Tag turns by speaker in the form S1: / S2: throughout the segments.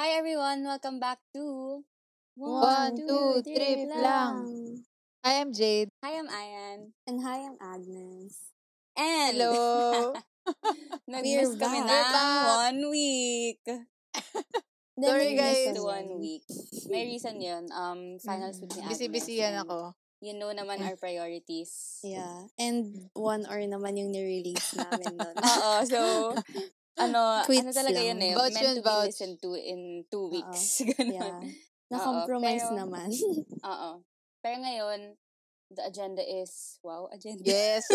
S1: everyone! Welcome back to...
S2: One, two, three, lang. I am Jade.
S1: Hi, I'm Ayan.
S3: And hi, I'm Agnes.
S1: And...
S2: Hello.
S1: Nag-miss
S3: We're
S1: kami ng
S3: back.
S2: We're back.
S1: one week.
S2: Sorry, guys.
S1: To one week. May reason yun. Um, finals week ni Agnes.
S2: Busy-busihan
S1: and
S2: Mm, ako.
S1: You know naman our priorities.
S3: Yeah. And one or naman yung nirelease namin nun.
S1: Oo, so... Ano, ano
S3: Tweets
S1: talaga
S3: lang.
S1: yun eh.
S2: Vouch
S1: meant
S2: yun,
S1: to be
S2: vouch.
S1: listened to in two weeks. Ganun.
S3: yeah. Na-compromise
S1: pero-
S3: naman.
S1: Oo. Pero ngayon, the agenda is, wow, agenda.
S2: Yes.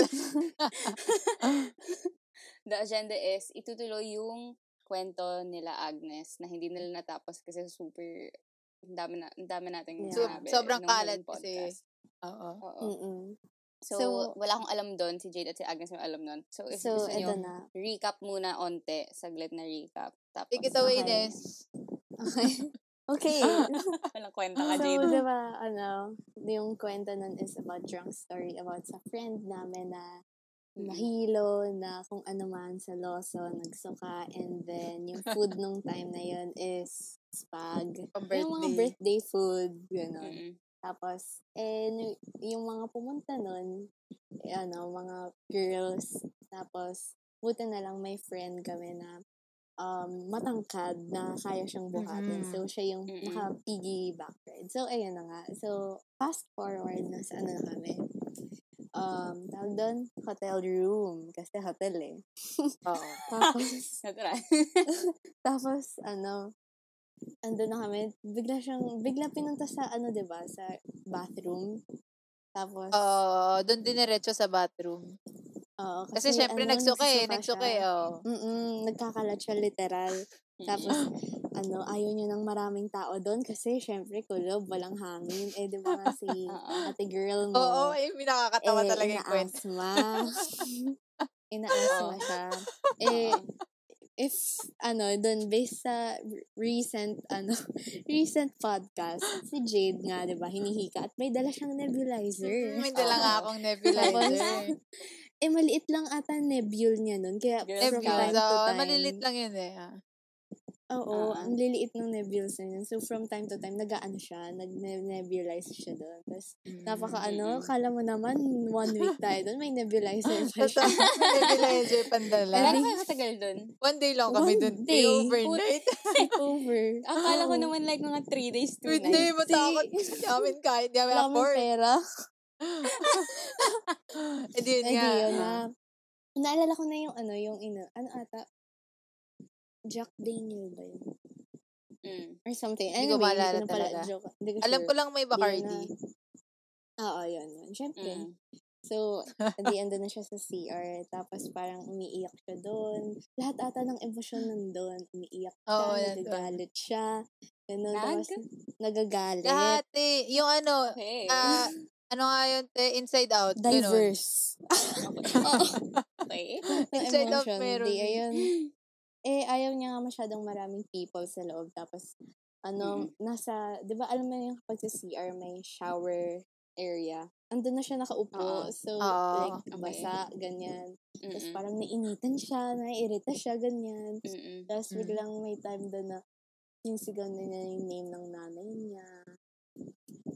S1: the agenda is, itutuloy yung kwento nila Agnes na hindi nila natapos kasi super, ang dami, na, ang dami nating
S3: Yeah.
S2: Mm. So-
S1: sinabi
S2: sobrang
S1: nung huling
S2: kalat kasi. Mm.
S1: podcast.
S2: Oo.
S3: Oh,
S1: Oo.
S3: Mm-mm.
S1: So,
S3: So-
S1: wala akong alam doon. Si Jade at si Agnes may alam doon. So, if
S3: So,
S1: gusto nyo,
S3: eto na.
S1: recap muna onte. Saglit na recap. Tapos,
S2: Take it away,
S3: Okay.
S2: Nes.
S3: Okay. Okay.
S1: Walang kwenta ka,
S3: so,
S1: Jade.
S3: di ba, ano, yung kwento nun is about drunk story about sa friend namin na
S1: Mm-hmm.
S3: mahilo, na kung ano man sa Lawson, nagsuka, and then yung food nung time na yun is spag.
S2: Pang-birthday.
S3: Yung mga birthday food, gano'n.
S1: Mm-mm.
S3: Tapos, eh, nu- yung mga pumunta nun, eh, ano, mga girls. Tapos, buti na lang may friend kami na um, matangkad na kaya siyang buhatin.
S2: Mhm.
S3: So, siya yung
S1: Mm-mm.
S3: naka-piggy back ride. So, ayun na nga. So, fast forward na sa ano na kami. Um, tawag doon, hotel room. Kasi hotel eh.
S2: Oo.
S3: Tapos,
S1: Natural.
S3: Tapos, ano, andun na kami, bigla siyang, bigla pinunta sa, ano, 'di ba sa bathroom. Tapos,
S2: Oo. Doon diniretso sa bathroom.
S3: oo,
S2: Kasi, syempre,
S3: ano,
S2: nagsuka eh.
S3: nagsusuka
S2: Nagsuka eh.
S3: siya.
S2: Oo.
S3: Mm-mm, nagkakalat siya literal.
S2: Mm.
S3: Tapos, ano, ayaw niya ng maraming tao doon kasi syempre kulob, walang hangin. Eh, di ba nga si
S1: Oo.
S3: ate girl mo?
S2: Oo. Ay, nakakatawa
S3: eh,
S2: talaga yung kwento.
S3: inaasma. inaasma siya. Eh, if ano doon based sa re- recent ano recent podcast si Jade nga 'di ba hinihika at may dala siyang nebulizer.
S2: May dala nga
S1: Oo.
S2: akong nebulizer.
S3: Eh maliit lang ata nebul niya noon kaya
S1: Girl
S3: from time
S2: Nebulizer.
S3: to
S2: Oo,
S3: time.
S2: Malilit lang yun eh. ah.
S3: Oo,
S1: Ah.
S3: ang liliit ng nebules na yun. So from time to time nagaano siya, nag-nebulize siya doon. Tapos
S2: Mm.
S3: napaka ano, kala mo naman one week tayo doon may nebulizer pa ano siya.
S2: Totoo. May nebulizer pandala.
S1: Kailan kayo katagal doon?
S2: One day lang kami
S3: One
S2: doon.
S3: day.
S2: Overnight.
S3: Over.
S1: Akala
S2: Oh.
S1: ko naman like mga 3 days, 2
S2: Hindi,
S1: nights.
S2: matakot. Hindi namin kaya. Hindi namin
S3: Wala
S2: afford.
S3: akong pera.
S2: Eh, di yun
S3: Ay,
S2: nga. Mm.
S3: di yun na. Naalala ko na yung ano, yung ino, ano ata, Jack Daniel ba yun?
S1: Mm.
S3: Or something.
S2: Hindi ko
S3: Anyway,
S2: maalala
S3: na pala
S2: talaga.
S3: Joke, hindi ko
S2: Alam
S3: sure.
S2: ko lang may Bacardi.
S3: Hindi Oo, yun. yun. Siyempre.
S1: Mm.
S3: So, at the end na siya sa CR. Tapos parang umiiyak siya doon. Lahat ata ng emosyon nandun. Umiiyak siya,
S2: Oo, nandun.
S3: nagagalit siya. Ganun,
S1: Nag?
S3: tapos nagagalit.
S2: Lahat eh. Yung ano,
S1: Okay.
S2: ah, ano nga yun, te, inside out. ganun.
S3: Diverse. Mm,
S1: okay.
S3: Ng
S2: Inside out
S3: emotion.
S2: meron.
S3: Di, ayun. eh, ayaw niya nga masyadong maraming people sa loob. Tapos, ano, nasa, di ba, alam mo yung kapag sa CR may shower area. Andun na siya nakaupo.
S1: Oo.
S3: So,
S2: Oo,
S3: like,
S1: okay.
S3: basa, ganyan. Tapos
S1: Mm-mm.
S3: parang nainitan siya, naiirita siya, ganyan.
S1: Mm-mm.
S3: Tapos
S2: Mm.
S3: biglang may time doon na sinisigaw na niya yung name ng nanay niya.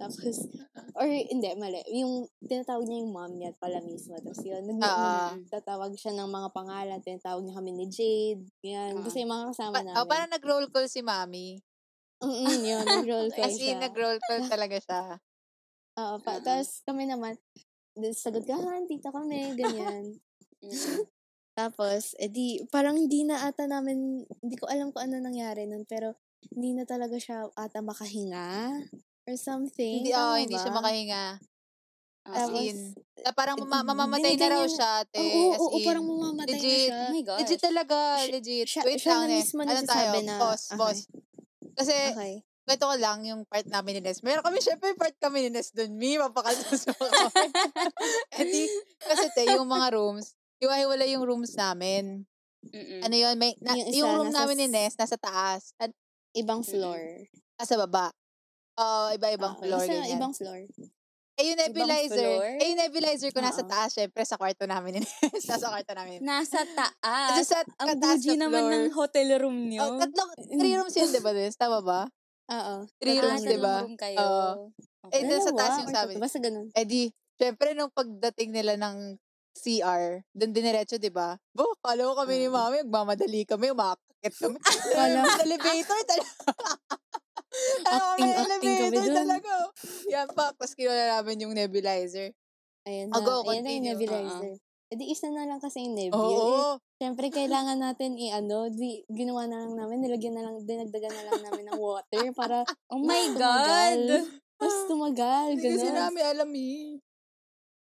S3: Tapos, or hindi, mali. Yung tinatawag niya yung mom niya pala mismo. Tapos yun, nag-
S2: Ah.
S3: tatawag siya ng mga pangalan. Tinatawag niya kami ni Jade. Yan.
S1: Ah.
S3: Kasi yung mga kasama
S2: Pa-
S3: namin.
S2: oh, parang nag-roll call si mami.
S3: Mm-mm, yun, nag-roll call
S2: As
S3: siya.
S2: in, nag-roll call talaga siya.
S3: Oo,
S1: Ah.
S3: pa- tapos kami naman, di- sagot ka, ha, tita kami, ganyan.
S1: Mm-mm.
S3: Tapos, edi, parang hindi na ata namin, hindi ko alam kung ano nangyari nun, pero hindi na talaga siya ata makahinga or something.
S2: Hindi, oh,
S3: Tama
S2: hindi siya
S3: ba?
S2: makahinga. As
S1: Ah,
S3: Tapos,
S2: in, na parang mama- mamamatay na
S3: Binigyan
S2: raw
S3: niya na-
S2: siya, ate.
S3: Oo, oo,
S2: as
S3: oo,
S2: in.
S3: parang mamamatay
S2: legit.
S3: na
S1: oh
S3: siya.
S1: my gosh.
S2: Legit talaga,
S3: Siya-
S2: legit.
S3: siya-
S2: Wait
S3: siya
S2: lang,
S3: na
S2: Nes.
S3: mismo
S2: Ano tayo?
S3: nagsasabi na-
S2: Pause,
S3: Okay.
S2: pause. Kasi,
S3: Okay.
S2: kwento ko lang yung part namin ni Nes. Meron kami, syempre, part kami ni Nes doon. Me, mapakasusok ako. Eh di, kasi te, yung mga rooms, hiwa-hiwala yung rooms namin.
S1: Mm-mm.
S2: Ano yun, may, na,
S3: Yung
S2: yung,
S3: isa
S2: room
S3: nasa
S2: namin ni
S3: s-
S2: Nes, nasa taas. At
S3: Ibang floor.
S2: nasa baba. Oo, iba-ibang
S3: Okay.
S2: floor.
S3: Isa,
S2: ganyan.
S3: ibang floor.
S2: Eh, yung nebulizer,
S1: floor?
S2: eh, yung nebulizer ko nasa
S3: Oo.
S2: taas, syempre, sa kwarto namin ni Ness. Nasa kwarto namin.
S1: Nasa
S2: Kasi
S1: taas.
S2: sa
S1: Ang
S2: kataas
S1: bougie
S2: na
S1: naman ng
S2: floor.
S1: hotel room nyo.
S2: Oh, tatlong, three rooms yun, di ba, Ness? Tama ba?
S3: Oo.
S2: Three
S1: Ah,
S2: rooms, di
S1: tatlong
S2: ba?
S1: room kayo.
S2: Oo. Eh, dun sa
S3: Dalawa
S2: taas yung
S3: or
S2: sa amin.
S3: tatlo, Basta ganun.
S2: Eh di, syempre, nung pagdating nila ng CR, doon diniretso, di ba? Bo, kala ko kami ni
S3: Mm.
S2: mami, magmamadali kami, umakakit kami. Kala
S3: Kala-
S2: sa elevator talaga. Kala ko may
S3: Acting-acting kami
S2: elevator
S3: dun.
S2: talaga. oh. Yan pa, tapos kilala namin yung nebulizer.
S3: Ayan na.
S2: Oh, go,
S3: Ayan na yung
S2: continue.
S3: nebulizer. Eh di isa na lang kasi yung
S2: Oo,
S3: nebula.
S2: oo.
S3: Siyempre, kailangan natin i-ano, di, ginawa na lang namin, nilagyan na lang, dinagdagan na lang namin ng water para
S1: Oh my
S3: mas tumagal.
S1: God!
S3: Mas tumagal,
S2: Hindi kasi
S3: ganun.
S2: namin alam eh.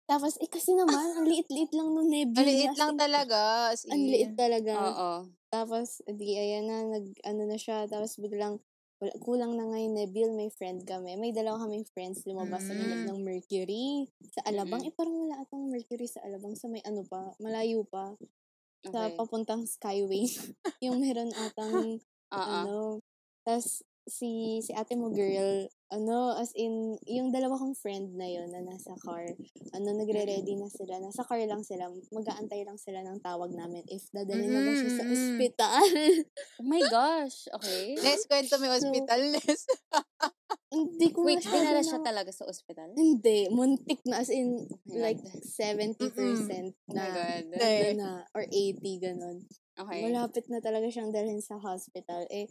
S3: Tapos, eh kasi naman, ang liit-liit lang ng nebula.
S2: Ang liit
S3: As
S2: lang
S3: in,
S2: talaga. As
S3: Ang
S2: in.
S3: liit talaga.
S1: Oo.
S3: Tapos, di, ayan na, nag, ano na siya, tapos biglang, wala, kulang na nga yung Neville, may friend kami. May dalawa kaming friends lumabas sa ilog
S2: Mm.
S3: ng Mercury. Sa Alabang, eh parang wala atang Mercury sa Alabang, sa may ano pa, malayo pa, sa
S1: Okay.
S3: papuntang Skyway. yung meron atang,
S1: Oo.
S2: Ah,
S3: ano, tapos si, si ate mo girl, ano, as in, yung dalawa kong friend na yon na nasa car, ano, nagre-ready na sila, nasa car lang sila, mag-aantay lang sila ng tawag namin if dadalhin na ba siya sa
S2: Mm, mm, mm.
S3: ospital.
S1: Oh my gosh! Okay.
S2: Nes, kwento mo
S3: So,
S2: yung hospital, Nes.
S3: Hindi ko
S1: Wait,
S3: masyado
S1: dinala siya
S3: na-
S1: talaga sa ospital?
S3: Hindi, muntik na. As in,
S1: my
S3: like,
S1: God.
S3: 70%
S1: Oh my
S3: na.
S1: God. Oh
S2: Nay.
S3: ano na, or 80, ganun.
S1: Okay.
S3: Malapit na talaga siyang dalhin sa hospital. Eh,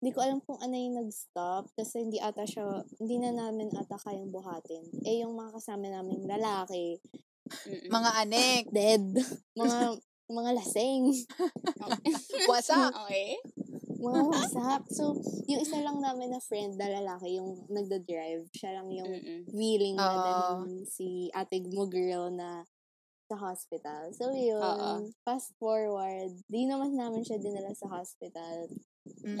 S3: hindi ko alam kung ano yung nag-stop kasi hindi ata siya, hindi na namin ata kayang buhatin. Eh, yung mga kasama naming lalaki,
S1: Mm-mm.
S2: Mga anek,
S3: dead, mga, mga laseng,
S2: wasak.
S1: Okay.
S3: mga wasap. So, yung isa lang namin na friend na lalaki, yung nagda-drive, siya lang yung
S1: Mm-mm.
S3: willing na
S2: Oo.
S3: dalhin si ate mo girl na sa hospital. So, yun.
S1: Oo.
S3: Fast forward. Di naman namin siya dinala sa hospital.
S2: Mm.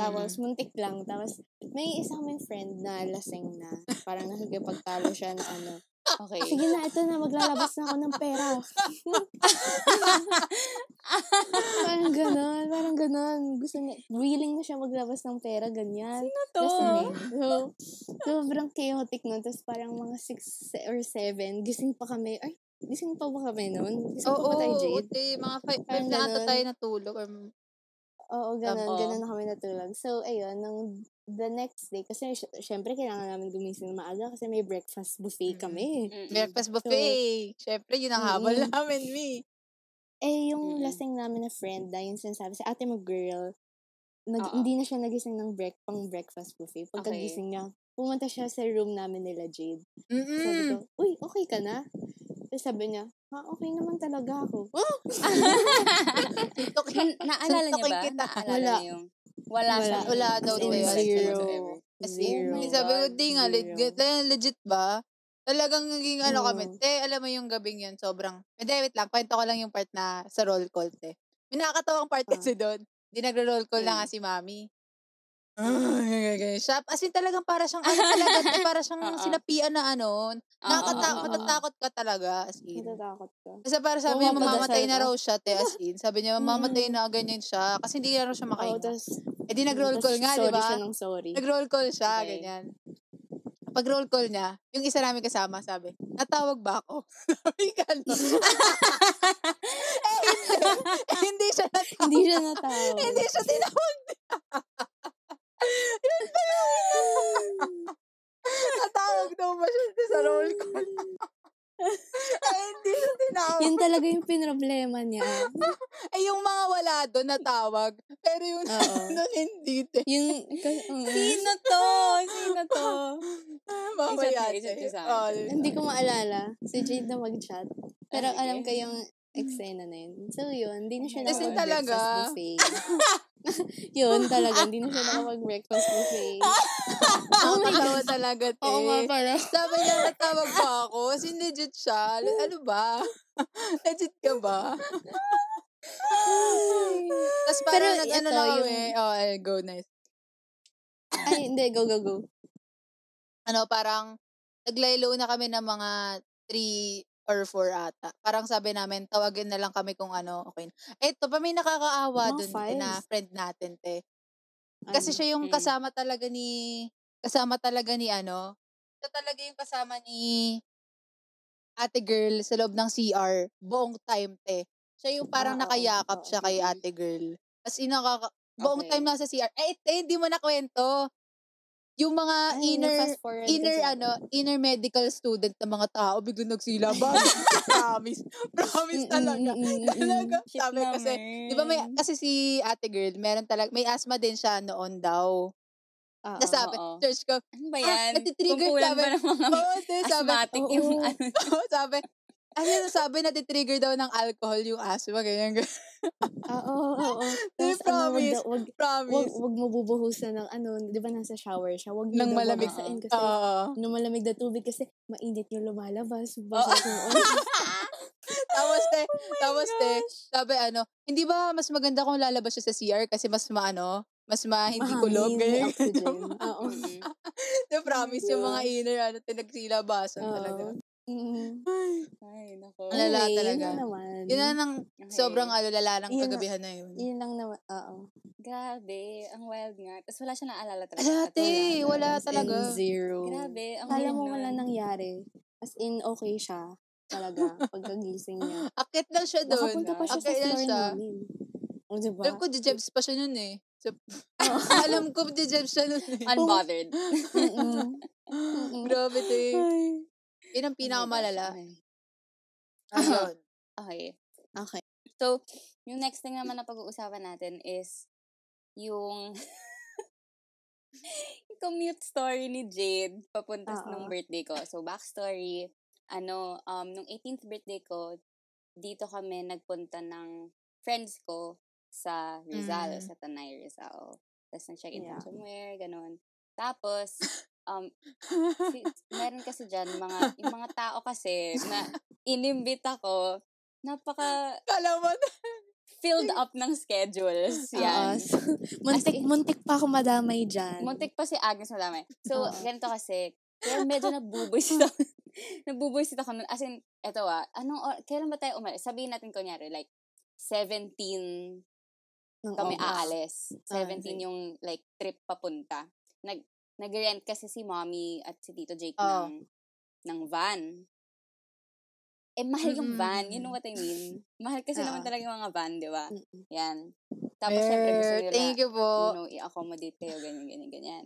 S3: Tapos, muntik lang. Tapos, may isa kaming friend na lasing na. Parang nakikipagtalo siya na ano.
S1: Okay.
S3: Sige na, ito na. Maglalabas na ako ng pera. parang ganon. Parang ganon. Gusto niya. Willing na siya maglabas ng pera. Ganyan.
S1: to?
S3: Lasing. So, sobrang chaotic nun. Tapos parang mga 6 or 7, gising pa kami. Ay, gising pa ba kami nun? Gising pa
S2: Oo,
S3: ba tayo,
S2: oo,
S3: Jade?
S2: uti, mga five, five
S3: Parang
S2: na ata
S3: ganun.
S2: tayo natulog. Or,
S3: Oo, ganun.
S1: Oo.
S3: Ganun na kami natulog. So, ayun, nung the next day, kasi sy- syempre kailangan namin gumising na maaga kasi may breakfast buffet
S2: Mm.
S3: kami.
S1: Mm-mm.
S2: breakfast buffet. Syempre, yun ang habol
S3: Mm-mm.
S2: namin, Mi.
S3: Eh, yung
S1: Mm-mm.
S3: lasing namin na friend na yung sinasabi si ate mo girl, nag,
S1: Oo.
S3: hindi na siya nagising ng break, pang breakfast buffet. Pagkagising niya, pumunta siya sa room namin nila, Jade. Sabi ko,
S2: Mm-mm.
S3: uy, okay ka na? Tapos sabi niya, ha, okay naman talaga ako. Ah,
S2: Suntok-
S1: Hin- naalala niya
S2: suntokin
S1: ba?
S2: kita.
S1: Naalala
S3: Wala.
S1: niya yung... Wala,
S3: Wala.
S1: siya.
S2: Wala daw
S1: As in,
S2: daw yun.
S1: siya
S3: Zero.
S1: whatsoever.
S2: As in,
S3: Zero.
S1: Oh my
S2: sabi ko,
S1: God,
S2: di nga,
S3: zero.
S2: legit, talagang legit ba? Talagang naging ano kami.
S3: Mm.
S2: Te, alam mo yung gabing yun, sobrang, hindi, wait lang, kwento ko lang yung part na sa roll call, te. Minakatawang part
S3: Ah.
S2: kasi doon. Di nagro-roll call na
S1: Mm.
S2: nga si mami.
S3: Ah.
S2: Shop. As in, talagang para siyang, ano talaga, te, para siyang
S1: Oo.
S2: sinapian na ano.
S1: Oo,
S2: Nakakata-
S1: oo, oo.
S2: matatakot ka talaga, as in.
S3: Natatakot ka.
S2: Kasi para sabi niya,
S3: Oo, magdasal
S2: mamamatay na
S3: ka.
S2: raw siya, te, as in. Sabi niya, mamamatay na ganyan siya. Kasi hindi na raw siya
S3: Oo,
S2: makahinga.
S3: tapos,
S2: Eh di nag-roll call
S3: tapos
S2: nga, di
S3: sorry
S2: ba?
S3: siya ng sorry.
S2: Nag-roll call siya,
S1: Okay.
S2: ganyan. Pag roll call niya, yung isa namin kasama, sabi, natawag ba ako? sabi ka, no? eh, hindi siya natawag.
S3: Hindi siya natawag.
S2: hindi siya tinawag. Yun pa yung ina. natawag daw ba siya sa roll call? eh, hindi siya tinawag.
S3: Yun talaga yung pinroblema niya.
S2: eh, yung mga wala doon, natawag. Pero yung
S3: Oo.
S2: nandun, hindi. te.
S3: Yung, kasi, oo.
S1: Sino to? Sino to?
S2: Ah, Mamaya.
S1: Isa't na, isa't
S2: te.
S1: isa.
S2: Oh, di ba?
S3: hindi ko maalala. Si Jade na mag-chat. Pero
S1: Ah, sige.
S2: eh.
S3: alam ko yung eksena na yun. So yun, hindi na siya
S1: Kasi
S3: nakapag-breakfast
S2: talaga-
S3: buffet. yun talaga, hindi na siya nakapag-breakfast buffet.
S2: Nakakatawa talaga, te.
S3: Oo nga pala.
S2: Sabi niya, natawag pa ako. As in, legit siya. L- Ano ba? legit ka ba? Tapos parang
S3: Pero
S2: nag
S3: ito,
S2: ano na kami.
S3: yung-
S2: Oh, I'll go nice.
S3: Ay, hindi. Go, go, go.
S2: Ano, parang naglaylo na kami ng mga three or four ata. Parang sabi namin, tawagin na lang kami kung ano, okay. Eto, pa may nakakaawa
S3: Mga
S2: dun te,
S3: five.
S2: na friend natin, te.
S3: Ano?
S2: Kasi siya yung
S1: Mm.
S2: kasama talaga ni, kasama talaga ni ano, siya talaga yung kasama ni ate girl sa loob ng CR buong time, te. Siya yung parang
S3: Ah, oo, Mm-hmm.
S2: nakayakap
S3: oo,
S2: siya kay
S3: mm-mm.
S2: ate girl. As in, nakaka- buong
S1: Okay.
S2: time nasa CR. Eh, te, hindi mo na kwento. Yung mga inner, inner, ano, inner medical student na mga tao, biglang nagsila ba? promise. Promise
S3: Mm,
S2: talaga. Talaga. Sabi kasi, di ba
S1: Mm.
S2: may, kasi si ate girl, meron talaga, may asthma din siya noon daw.
S3: uh,
S2: Tapos sabi,
S1: oo.
S2: search ko,
S1: Ano ba yan?
S2: natitrigger
S1: Kumpulan
S2: sabi-
S1: ba ng mga
S2: Oo, sis, sabi,
S1: asthmatic yung
S2: oo.
S1: ano?
S2: Oo, sabi, ano yung sabi na titrigger daw ng alcohol yung asthma, ganyan, ganyan.
S3: Ah, Oo, oo, oo.
S2: Di,
S3: Tapos, ano, wag,
S2: promise.
S3: daw- wag, wag,
S2: Promise.
S3: wag mo bubuhusan ng ano, di ba nasa shower siya? Wag mo
S2: Nang
S3: daw
S2: malamig.
S3: babasain kasi
S2: Oo.
S3: nung malamig na tubig kasi mainit yung lumalabas.
S1: Oo.
S3: Basa oh.
S2: tapos te,
S1: Oh
S2: tapos te,
S1: eh,
S2: sabi ano, hindi ba mas maganda kung lalabas siya sa CR kasi mas maano, mas ma hindi kulob, ganyan.
S3: oxygen. Oo.
S1: Mm.
S2: Na promise yung mga inner, ano, tinagsilabasan
S3: Oo.
S2: talaga.
S3: Mm.
S1: Ay, mm. nako.
S2: Ang lala
S3: Anyway, Yun
S2: talaga.
S3: lang naman.
S2: Yun na nang
S1: Okay.
S2: sobrang alala ng
S3: Yun na-
S2: kagabihan na yun.
S3: Yun lang naman. Oo.
S1: Grabe, ang wild nga. Tapos wala siya naalala talaga.
S2: Wala
S1: At
S2: te, wala
S3: As in,
S2: talaga.
S3: zero.
S1: Grabe, ang
S3: Kala
S1: weird
S3: mo wala
S1: nun.
S3: nangyari. As in, okay siya. Talaga. Pagkagising niya.
S2: Akit lang siya doon.
S3: Nakapunta pa siya sa
S2: Akit lang
S3: floor
S2: siya.
S3: namin. O, diba?
S2: Alam ko, Jejebs pa siya nun eh. So, alam ko, Jejebs siya nun eh.
S1: Unbothered.
S3: Mm-mm. Mm-mm.
S2: Grabe te.
S3: Ay.
S2: Yun ang
S1: Oh
S2: pinakamalala.
S1: my gosh,
S2: Ayun.
S1: Okay. okay.
S3: Okay.
S1: So, yung next thing naman na pag-uusapan natin is yung yung commute story ni Jade papunta sa
S3: Oo.
S1: nung birthday ko. So, backstory, ano, um, nung 18th birthday ko, dito kami nagpunta ng friends ko sa Rizal,
S2: Mm.
S1: sa Tanay Rizal. Tapos nag-check-in
S3: Yeah.
S1: yeah. somewhere, ganun. Tapos, um, si, meron kasi dyan, mga, yung mga tao kasi na inimbita ko, napaka
S2: Kala mo na.
S1: filled up ng schedules.
S3: Oo.
S1: Yan.
S3: So, muntik, muntik pa ako madamay dyan.
S1: Muntik pa si Agnes madamay. So,
S3: Oo.
S1: ganito kasi, kaya medyo nabubuisit ako. nabubuisit ako nun. As in, eto ah, anong, or- kailan ba tayo umalis? Sabihin natin kunyari, like, 17
S3: Ng
S1: kami
S3: oras.
S1: aalis. 17
S3: sige.
S1: yung, like, trip papunta. Nag, nag-rent kasi si mommy at si Tito Jake
S2: Oo.
S1: ng, ng van. Eh, mahal yung van. You know
S2: Mm.
S1: what I mean? Mahal kasi
S3: Oo.
S1: naman talaga yung mga van, di ba?
S3: Mm-mm.
S1: Yan. Tapos, syempre, gusto
S2: Err,
S1: nila
S2: Thank you po.
S1: you know, i-accommodate kayo, ganyan, ganyan, ganyan.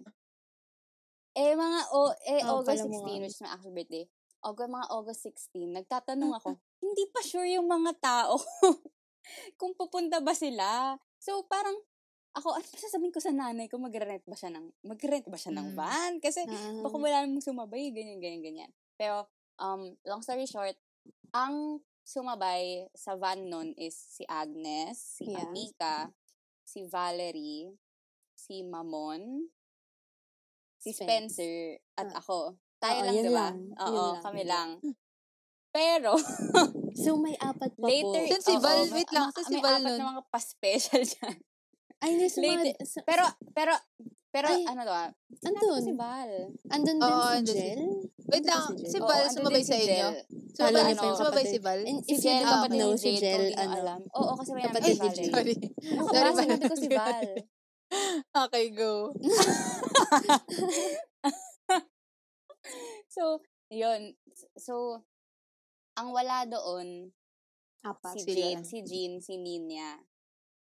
S1: Eh, mga, o, eh,
S3: Oo,
S1: August
S3: pala
S1: 16,
S3: mo nga.
S1: which is my actual birthday, August, mga August 16, nagtatanong ako, hindi pa sure yung mga tao kung pupunta ba sila. So, parang, ako, ano pa sasabihin ko sa nanay ko, mag-rent ba siya ng, mag-rent ba siya ng
S2: Mm.
S1: van? Kasi,
S3: Ah.
S1: baka wala namang sumabay, ganyan, ganyan, ganyan. Pero, um, long story short, ang sumabay sa van nun is si Agnes, si
S3: Yeah.
S1: Anika, si Valerie, si Mamon, si
S3: Spence.
S1: Spencer, at
S3: Ah.
S1: ako. Tayo
S3: Oo,
S1: lang,
S3: yun
S1: di ba?
S3: lang.
S1: Oo,
S3: Yun lang.
S1: kami lang. Pero,
S3: So, may apat pa
S1: later,
S3: po.
S2: Saan si
S1: oo,
S2: Val?
S1: may-
S2: Wait lang,
S1: mga-
S2: saan si
S1: may
S2: Val
S1: apat
S2: nun?
S1: na mga pa-special dyan.
S3: Ay, hindi. Sumad.
S1: Later-
S3: sa-
S1: Pero, pero, pero,
S3: Ay,
S1: ano to ah,
S3: andun.
S1: si Val.
S3: Andun din
S2: Oo,
S3: si
S2: andun si-
S3: Jel.
S2: Wait
S3: Andun
S2: lang,
S3: Jel.
S2: si
S1: Oo,
S2: Val
S1: andun
S2: sumabay
S1: din
S2: sa inyo?
S1: Jel.
S2: Sumabay,
S1: Ano,
S2: ano, sumabay si Val?
S3: And
S1: Si
S3: if you
S1: Jel,
S2: don't
S1: kapatid ni
S3: know si
S1: Jade, kung di
S3: Jel,
S1: nyo
S3: ano,
S1: alam. Oo, kasi may
S3: kapatid
S2: Ay,
S1: ni Valerie.
S2: sorry.
S1: Ako
S2: Sorry,
S1: pala, sinabi ko si Val.
S2: Okay, go.
S1: So, yun. So, ang wala doon,
S3: apat.
S1: si
S2: sila.
S1: Jade, si Jean, si Ninya,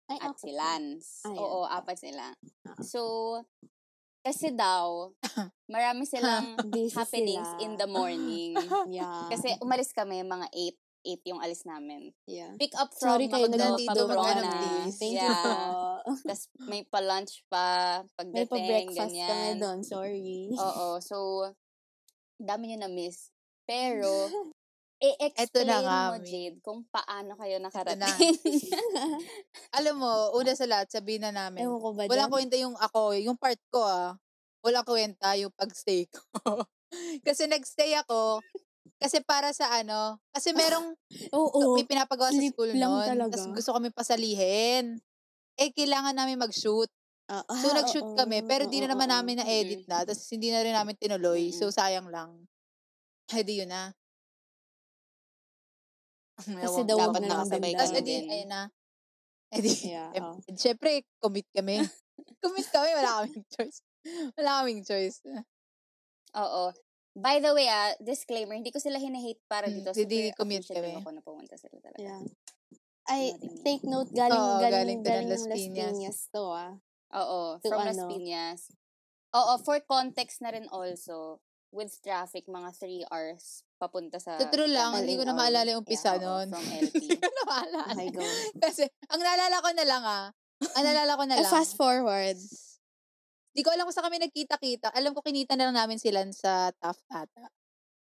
S3: Ay,
S1: at
S3: apat
S1: si
S3: na.
S1: Lance.
S3: Ayan.
S1: Oo, apat sila.
S3: Ah.
S1: So, kasi daw, marami silang
S3: Busy
S1: happenings
S3: sila.
S1: in the morning.
S3: Yeah.
S1: Kasi umalis kami, mga 8. 8 yung alis namin.
S3: yeah.
S1: Pick up from
S3: Sorry kayo,
S1: Magdo,
S2: nagdatido
S1: Pamplona.
S2: maghanap days.
S3: Thank you po.
S1: yeah. Tapos may pa-lunch pa,
S3: May
S1: pagdating,
S3: pa-breakfast kami
S1: ganyan.
S3: doon. Sorry.
S1: Oo, so, dami niya na-miss. Pero, i-explain
S2: Eto na nga,
S1: mo,
S2: Mi.
S1: Jade, kung paano kayo
S2: na.
S1: nakarating.
S2: Alam mo, una sa lahat, sabihin na namin.
S3: Ewan ko ba dyan?
S2: Walang kwenta yung ako, yung part ko ah. Walang kwenta yung pagstay ko. kasi nagstay ako, kasi para sa ano, kasi merong
S3: Oo.
S2: so, may pinapagawa sa
S3: Sleep
S2: school
S3: lang
S2: noon.
S3: talaga.
S2: Tapos gusto kami pasalihin. Eh, kailangan namin mag-shoot.
S3: Ah, ah,
S2: So, nag-shoot
S3: oo,
S2: kami, pero di na
S3: oo,
S2: naman
S3: oo.
S2: namin na-edit na. Tapos, hindi na rin namin tinuloy. So, sayang lang. Ay, di yun na.
S3: Kasi
S2: Ewan
S3: daw
S2: ko.
S1: dapat
S3: na lang
S1: nakasabay
S3: din
S2: Tapos,
S1: kami
S3: daw.
S2: edi,
S1: din.
S2: ayun na. Edi,
S3: Yeah,
S2: eh,
S3: oo.
S2: syempre, commit kami. commit kami, wala kaming choice. Wala kaming choice.
S1: Oo. By the way, ah, disclaimer, hindi ko sila hinahate para
S2: Mm,
S1: dito.
S2: hindi
S1: Super
S2: commute
S1: appreciative
S2: kami.
S1: ako na pumunta sila talaga.
S3: Yeah. Ay,
S1: Ano din
S3: take note, galing,
S2: Oo, galing
S3: galing, galing,
S2: to ng Las
S3: ng Las
S2: Piñas.
S3: Piñas to ah.
S1: Oo,
S3: So,
S1: from
S3: ano?
S1: Las Piñas. Oo, for context na rin also, with traffic, mga 3 hours papunta sa...
S3: Ah,
S2: Sa true lang,
S1: Tabaling
S2: hindi ko na
S1: Oil.
S2: maalala yung umpisa
S1: oo,
S2: nun.
S1: From LP.
S2: Hindi ko na maalala.
S3: Okay, go.
S2: Kasi, ang naalala ko na lang ah. Ang naalala ko na
S4: Eh,
S2: lang.
S4: fast forward.
S2: Di ko alam kung sa kami nagkita-kita. Alam ko kinita na lang namin sila sa Taft ata.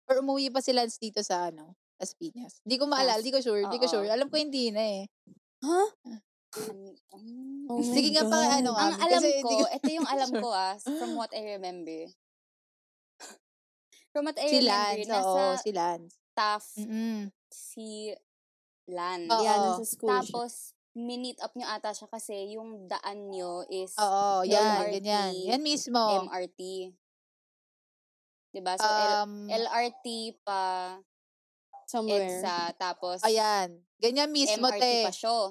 S2: Or umuwi pa sila dito sa ano, Las Piñas. Di ko maalala, di ko sure, di ko
S1: Oo.
S2: sure. Alam ko hindi na eh.
S1: Ang- ang-
S3: Oh my
S2: Sige nga pa
S3: God.
S2: ano nga.
S1: ang alam
S2: kasi
S1: ko,
S2: di
S1: ito yung alam ko ah, from what I remember. From what I
S2: si
S1: remember,
S2: Lance, oo,
S1: nasa
S2: si Lance.
S1: staff
S2: Mm-mm.
S1: si Lan.
S2: Oo.
S3: Yeah, nasa school. siya.
S1: Tapos, minute up nyo ata siya kasi yung daan nyo is
S2: Oo, yan,
S1: LRT.
S2: ganyan. Yan mismo.
S1: MRT. Diba? So, L-
S2: Um,
S1: LRT pa,
S3: Somewhere.
S1: EDSA, tapos
S2: ayan. Ganyan mismo,
S1: MRT
S2: te.
S1: pa siya. oh.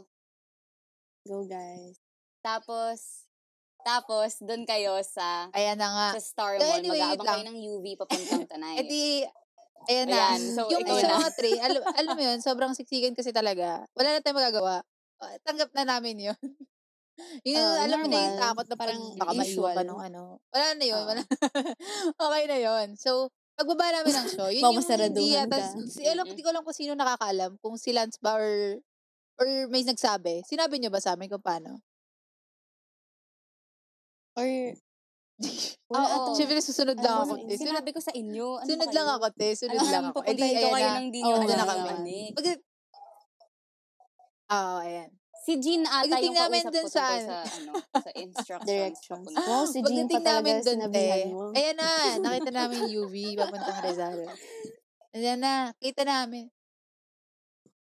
S3: Go guys.
S1: Tapos, tapos, dun kayo sa,
S2: Ayan na nga.
S1: sa Star
S2: Ah, So,
S1: Mall.
S2: anyway, wait
S1: Mag-aabang kayo
S2: lang.
S1: ng UV papuntang Tanay.
S2: Eh di, ayan na.
S1: Ayan, so
S2: yung
S1: ikaw
S2: sa
S1: na.
S2: mga three, alam, alam mo yun, sobrang siksikan kasi talaga. Wala na tayong magagawa. Uh, Tanggap na namin yun. yun,
S3: Oo,
S2: alam mo na yung
S3: normal.
S2: takot na parang
S3: Parang
S2: baka maiwan
S3: usual.
S2: pa nung ano. Wala na yun.
S1: Oo.
S2: Wala. okay na yun. So, pagbaba namin ng show, yun yung hindi
S3: Mapasaraduhan
S2: yata,
S3: ka.
S2: si, alam,
S1: Mm-mm.
S2: hindi ko alam kung sino nakakaalam, kung si Lance ba or, or may nagsabi. Sinabi niyo ba sa amin kung paano?
S3: Or, wala
S1: Oo.
S3: atang-
S2: Siyempre, susunod lang
S3: Alam mo,
S2: ako. te. Sunod,
S1: Sinabi ko sa inyo. Ano
S2: sunod
S1: ba
S2: lang
S1: kayo?
S2: ako, te. Sunod
S1: Alam
S2: lang
S1: mo,
S2: ako. Eh di,
S1: papuntahin ko
S2: ayan
S1: kayo
S2: na.
S1: nang di
S3: Oo,
S1: nyo
S2: Ayan
S1: alam
S2: na
S1: yung
S2: kami.
S1: ano eh.
S2: Pag, oo, ayan.
S1: Si Jean ata
S2: Pagdating
S1: yung
S2: namin
S1: kausap
S2: dun
S1: ko
S2: sa
S1: tungkol
S2: ano.
S1: sa, ano, sa instructions.
S3: Directions.
S1: papunta.
S3: Wow, si Jean pa
S2: Pagdating namin
S3: talaga
S2: dun,
S3: sinabihan
S2: te.
S3: mo.
S2: Ayan na, nakita namin yung UV papuntang Rizal. Ayan na, kita namin.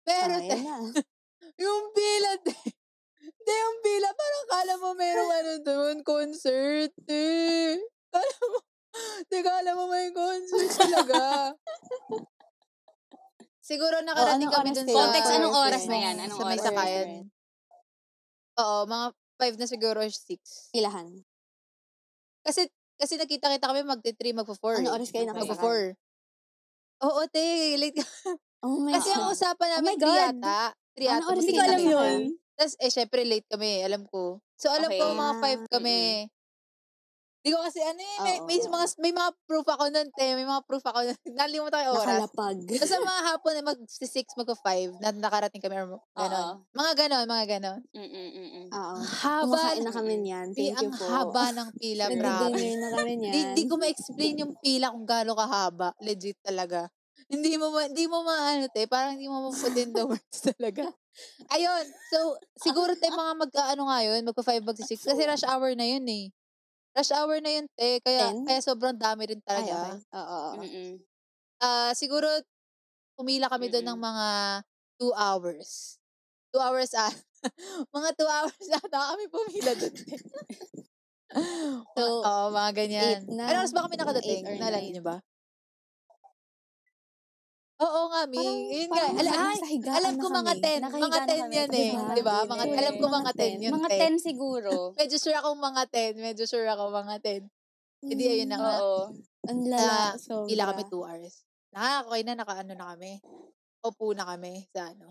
S2: Pero,
S3: Ah,
S2: te,
S3: ayan na.
S2: yung pila, te. Hindi, yung pila, parang kala mo merong ano doon, concert, te. Kala mo, te, kala mo may concert talaga. Siguro nakarating
S3: anong
S2: kami
S3: oras
S2: dun sa...
S3: kayo?
S1: Context, anong
S3: Or
S1: oras na
S3: friends.
S1: yan? Anong
S2: sa may
S1: oras?
S3: Or
S2: sakayan.
S3: friends.
S2: Oo, mga five na siguro, or six.
S3: Ilahan.
S2: Kasi, kasi nakita-kita kami magti-three, magpo-four.
S3: Ano
S2: eh.
S3: oras kayo
S1: Magpa-
S3: nakasakay?
S2: Magpo-four. Oo, te, late ka.
S3: Oh my
S2: Kasi ang
S3: God.
S2: usapan namin,
S4: my
S2: three
S4: God.
S2: yata. Three
S3: Ano
S2: yata.
S3: oras
S4: Hindi
S2: basta
S4: ko alam
S2: nakita.
S4: yun.
S2: Tapos, eh, syempre, late kami, alam ko. So, alam ko,
S1: Okay.
S2: mga five
S3: Ah,
S2: kami. Hindi ko kasi, ano eh, may,
S3: Oo.
S2: may, mga, may mga proof ako nun, te. May mga proof ako nun. Nalimutan ko yung oras.
S3: Nakalapag.
S2: Tapos, sa mga hapon, eh, mag-six, mag-five, na nakarating kami, or ganon.
S1: Oo.
S2: Mga ganon, mga ganon.
S1: Mm-mm-mm.
S3: Oo.
S2: Ang haba,
S3: Kumakain na kami niyan.
S2: Di,
S3: Thank you
S2: ang
S3: po.
S2: haba ng pila, grabe.
S3: Nagdi-dinner na kami niyan.
S2: Di, di ko ma-explain yung pila kung gaano kahaba. Legit talaga. Hindi mo ma, hindi mo maano te, parang hindi mo ma-put in the words talaga. Ayun, so siguro te mga magkaano nga yun, magpa 5 magsi 6 kasi rush hour na yun eh. Rush hour na yun te, kaya
S3: Ten?
S2: kaya sobrang dami rin
S3: Ay, okay.
S2: talaga. Oo.
S1: Mm-mm.
S2: Ah, siguro pumila kami doon
S3: Mm.
S2: ng mga 2 hours. 2 hours ah. mga 2 hours ata kami pumila doon. te.
S3: So,
S2: Oo, mga ganyan.
S3: eight na.
S2: Ano oras ba
S3: Mga
S2: kami nakadating?
S3: eight or
S2: Naalala
S3: nine.
S2: niyo ba? Oo nga, Ming. Yun nga.
S3: parang
S2: Ala, ay,
S3: nasa higaan
S2: alam ko
S3: na
S2: mga
S3: kami.
S2: 10.
S1: Nakahiga
S2: Mga
S1: na
S2: 10
S1: kami.
S2: yan eh.
S3: Diba?
S2: Di ba? Mga,
S3: Diba?
S2: alam ko mga
S3: Mga
S2: 10 yun.
S1: Mga
S2: te.
S1: 10 siguro.
S2: Medyo sure ako mga 10. Medyo sure ako mga 10. Hindi, ayun na nga.
S1: Oo.
S3: Ang lala.
S2: Ah,
S3: sobra.
S2: Pila kami 2 hours. Nakaka, okay na, nakaano na kami. Opo na kami sa ano.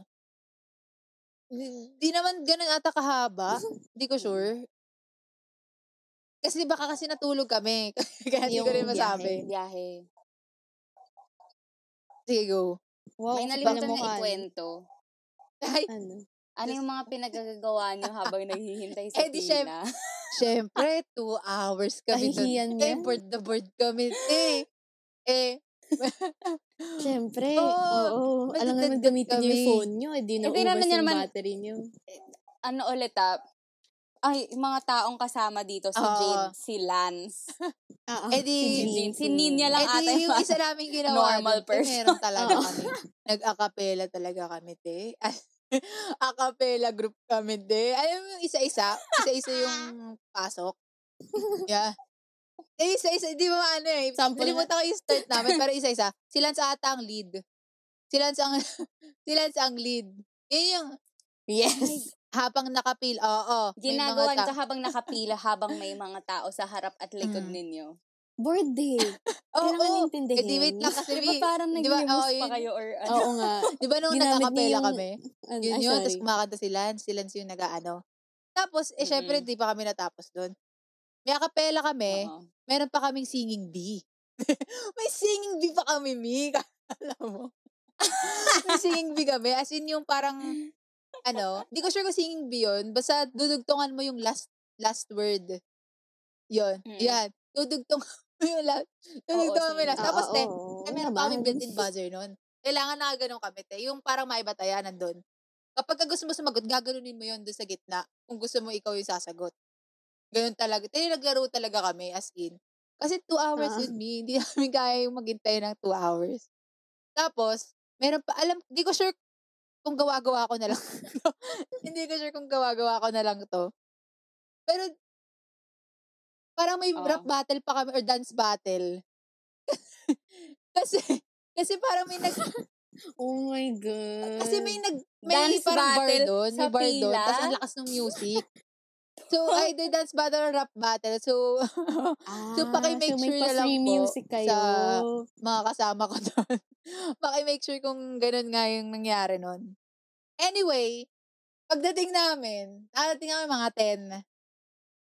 S2: Di, di naman ganun ata kahaba. Hindi ko sure. Kasi baka kasi natulog kami. Kaya hindi ko
S3: Yung
S2: rin masabi.
S1: Biyahe.
S2: Sige, go.
S3: Wow,
S1: May
S3: kapal
S1: nalimutan
S3: mukha
S2: eh.
S1: na
S3: niyo.
S1: ikwento.
S2: Ay,
S3: Ano?
S1: Ano yung mga pinagagawa niyo habang naghihintay sa
S2: Eh, di syem-
S1: pila?
S2: Siyempre, two hours kami
S3: Kahihiyan
S2: doon. Eh,
S3: yan.
S2: board na board kami. Eh, eh.
S3: Siyempre.
S2: Oo,
S3: Oo. Alam naman
S2: madududod
S3: gamitin niyo yung
S2: kami.
S3: phone niyo. Hindi na
S1: Hindi naman
S3: ubas
S1: niya
S3: yung
S1: naman-
S3: battery niyo.
S1: ano ulit ah, ay, mga taong kasama dito, si
S2: Oo.
S1: Jade, si Lance,
S3: Ah, ah,
S2: Eh di-
S1: si Jean, si Ninya lang
S2: Eh,
S1: ata
S2: di,
S1: yung
S2: yung
S1: mga-
S2: isa namin ginawa
S1: normal
S2: doon. te,
S1: person.
S2: Meron talaga
S3: Oo.
S2: kami. Nag-acapella talaga kami, te. acapella group kami, te. Alam mo yung isa-isa? Isa-isa yung pasok. Yeah. Eh, isa-isa, di ba ano eh.
S3: Sample
S2: Nalimutan ko yung start namin, pero isa-isa. Si Lance ata ang lead. Si Lance ang, si Lance ang lead. Yun yung,
S3: Yes.
S2: habang nakapil, oo. may mga
S1: Ginagawa
S2: ta-
S1: nito habang nakapila, habang may mga tao sa harap at likod
S2: Mm.
S1: ninyo. Bored day.
S2: Oo,
S1: Kailangan
S2: oo.
S1: intindihin.
S2: Eh, di wait lang
S1: Di
S2: kasi.
S1: ba
S2: Di ba,
S1: parang nag
S2: Di ba, oo,
S1: pa
S2: yun.
S1: kayo or ano?
S3: Oo nga.
S2: di ba
S1: ginamit
S2: nung
S1: niya
S2: nakakapela
S1: yung-
S2: kami?
S3: Ano,
S2: Yun
S3: ah,
S2: yun, tapos
S3: sorry.
S2: kumakanta si Lance. Si Lance yung nag-ano. Tapos, eh, syempre,
S1: Mm-mm.
S2: di pa kami natapos doon. May acapella kami,
S1: Oo.
S2: meron pa kaming singing bee. May singing bee pa kami, Mi. Alam mo? May singing bee kami. As in, yung parang, ano, di ko sure kung singing bee yun. Basta, dudugtungan mo yung last last word. Yun.
S1: Mm.
S2: Yan. Dudugtungan mo yung last. Dudugtungan mo yung
S1: singing
S2: last.
S1: bee.
S2: Tapos,
S3: Oo,
S2: te,
S3: oo.
S2: eh, meron
S3: Naman.
S2: pa kaming built-in buzzer nun. Kailangan nakaganon kami, te. eh. Yung parang maiba tayo, nandun. Kapag ka gusto mo sumagot, gaganunin mo yun doon sa gitna. Kung gusto mo, ikaw yung sasagot. Ganun talaga. Tayo naglaro talaga kami, as in. Kasi two hours
S3: Ah.
S2: with me. Hindi namin kaya yung maghintay ng two hours. Tapos, meron pa, alam, hindi ko sure kung gawa-gawa ko na lang to. hindi ko sure kung gawa-gawa ko na lang to. Pero, parang may
S1: Oo.
S2: rap battle pa kami or dance battle. kasi, kasi parang may nag,
S3: Oh my God.
S2: kasi may nag, may
S1: Mm, Dance
S2: parang bar
S1: battle
S2: doon, may
S1: sa
S2: bar doon,
S1: pila?
S2: tapos ang lakas ng music. So, either dance battle or rap battle. So,
S3: Ah,
S2: So, paki-make
S3: so may
S2: sure na lang
S3: pa-free
S2: po
S3: music kayo.
S2: sa- mga kasama ko doon. Paki-make sure kung ganun nga yung nangyari noon. Anyway, pagdating namin, narating kami mga 10.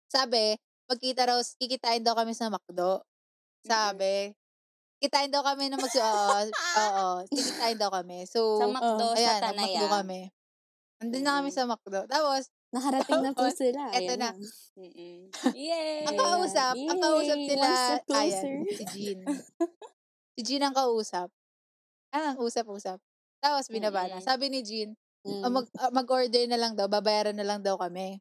S2: Sabi, magkita raw, kikitain daw kami sa McDo.
S1: Mm.
S2: Sabi, kikitain daw kami na mag... Oo, oo, kikitain daw kami. So,
S1: Sa McDo, sa
S2: oh, ayan,
S1: Tanaya.
S2: nag-McDo kami. Nandun na kami
S1: Mm.
S2: sa McDo. Tapos,
S3: Nakarating na po
S2: Tapos,
S3: sila.
S2: eto
S3: Ayan
S2: na.
S1: Mm-mm. Yay!
S2: Ang kausap, ang kausap
S3: Yay!
S2: nila,
S3: One step
S2: ayan,
S3: closer.
S2: si Jean. si Jean ang kausap. Ah, ang usap-usap. Tapos binaba na.
S1: Mm-mm.
S2: Sabi ni Jean,
S3: Mm.
S2: "Ah, mag, ah, mag-order na lang daw, babayaran na lang daw kami.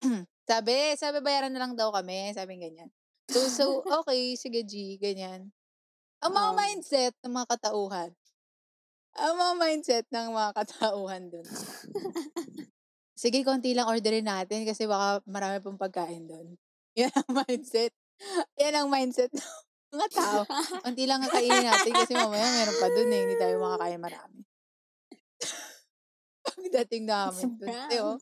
S2: sabi, sabi bayaran na lang daw kami, sabi ganyan. So, so, okay, sige G, ganyan. Ang mga
S1: Oh.
S2: mindset ng mga katauhan. Ang mga mindset ng mga katauhan dun. sige, konti lang orderin natin kasi baka marami pong pagkain dun. Yan ang mindset. Yan ang mindset ng mga tao. Konti lang ang kainin natin kasi mamaya meron pa dun eh. Hindi tayo makakain marami. Pagdating namin dun. te, oh.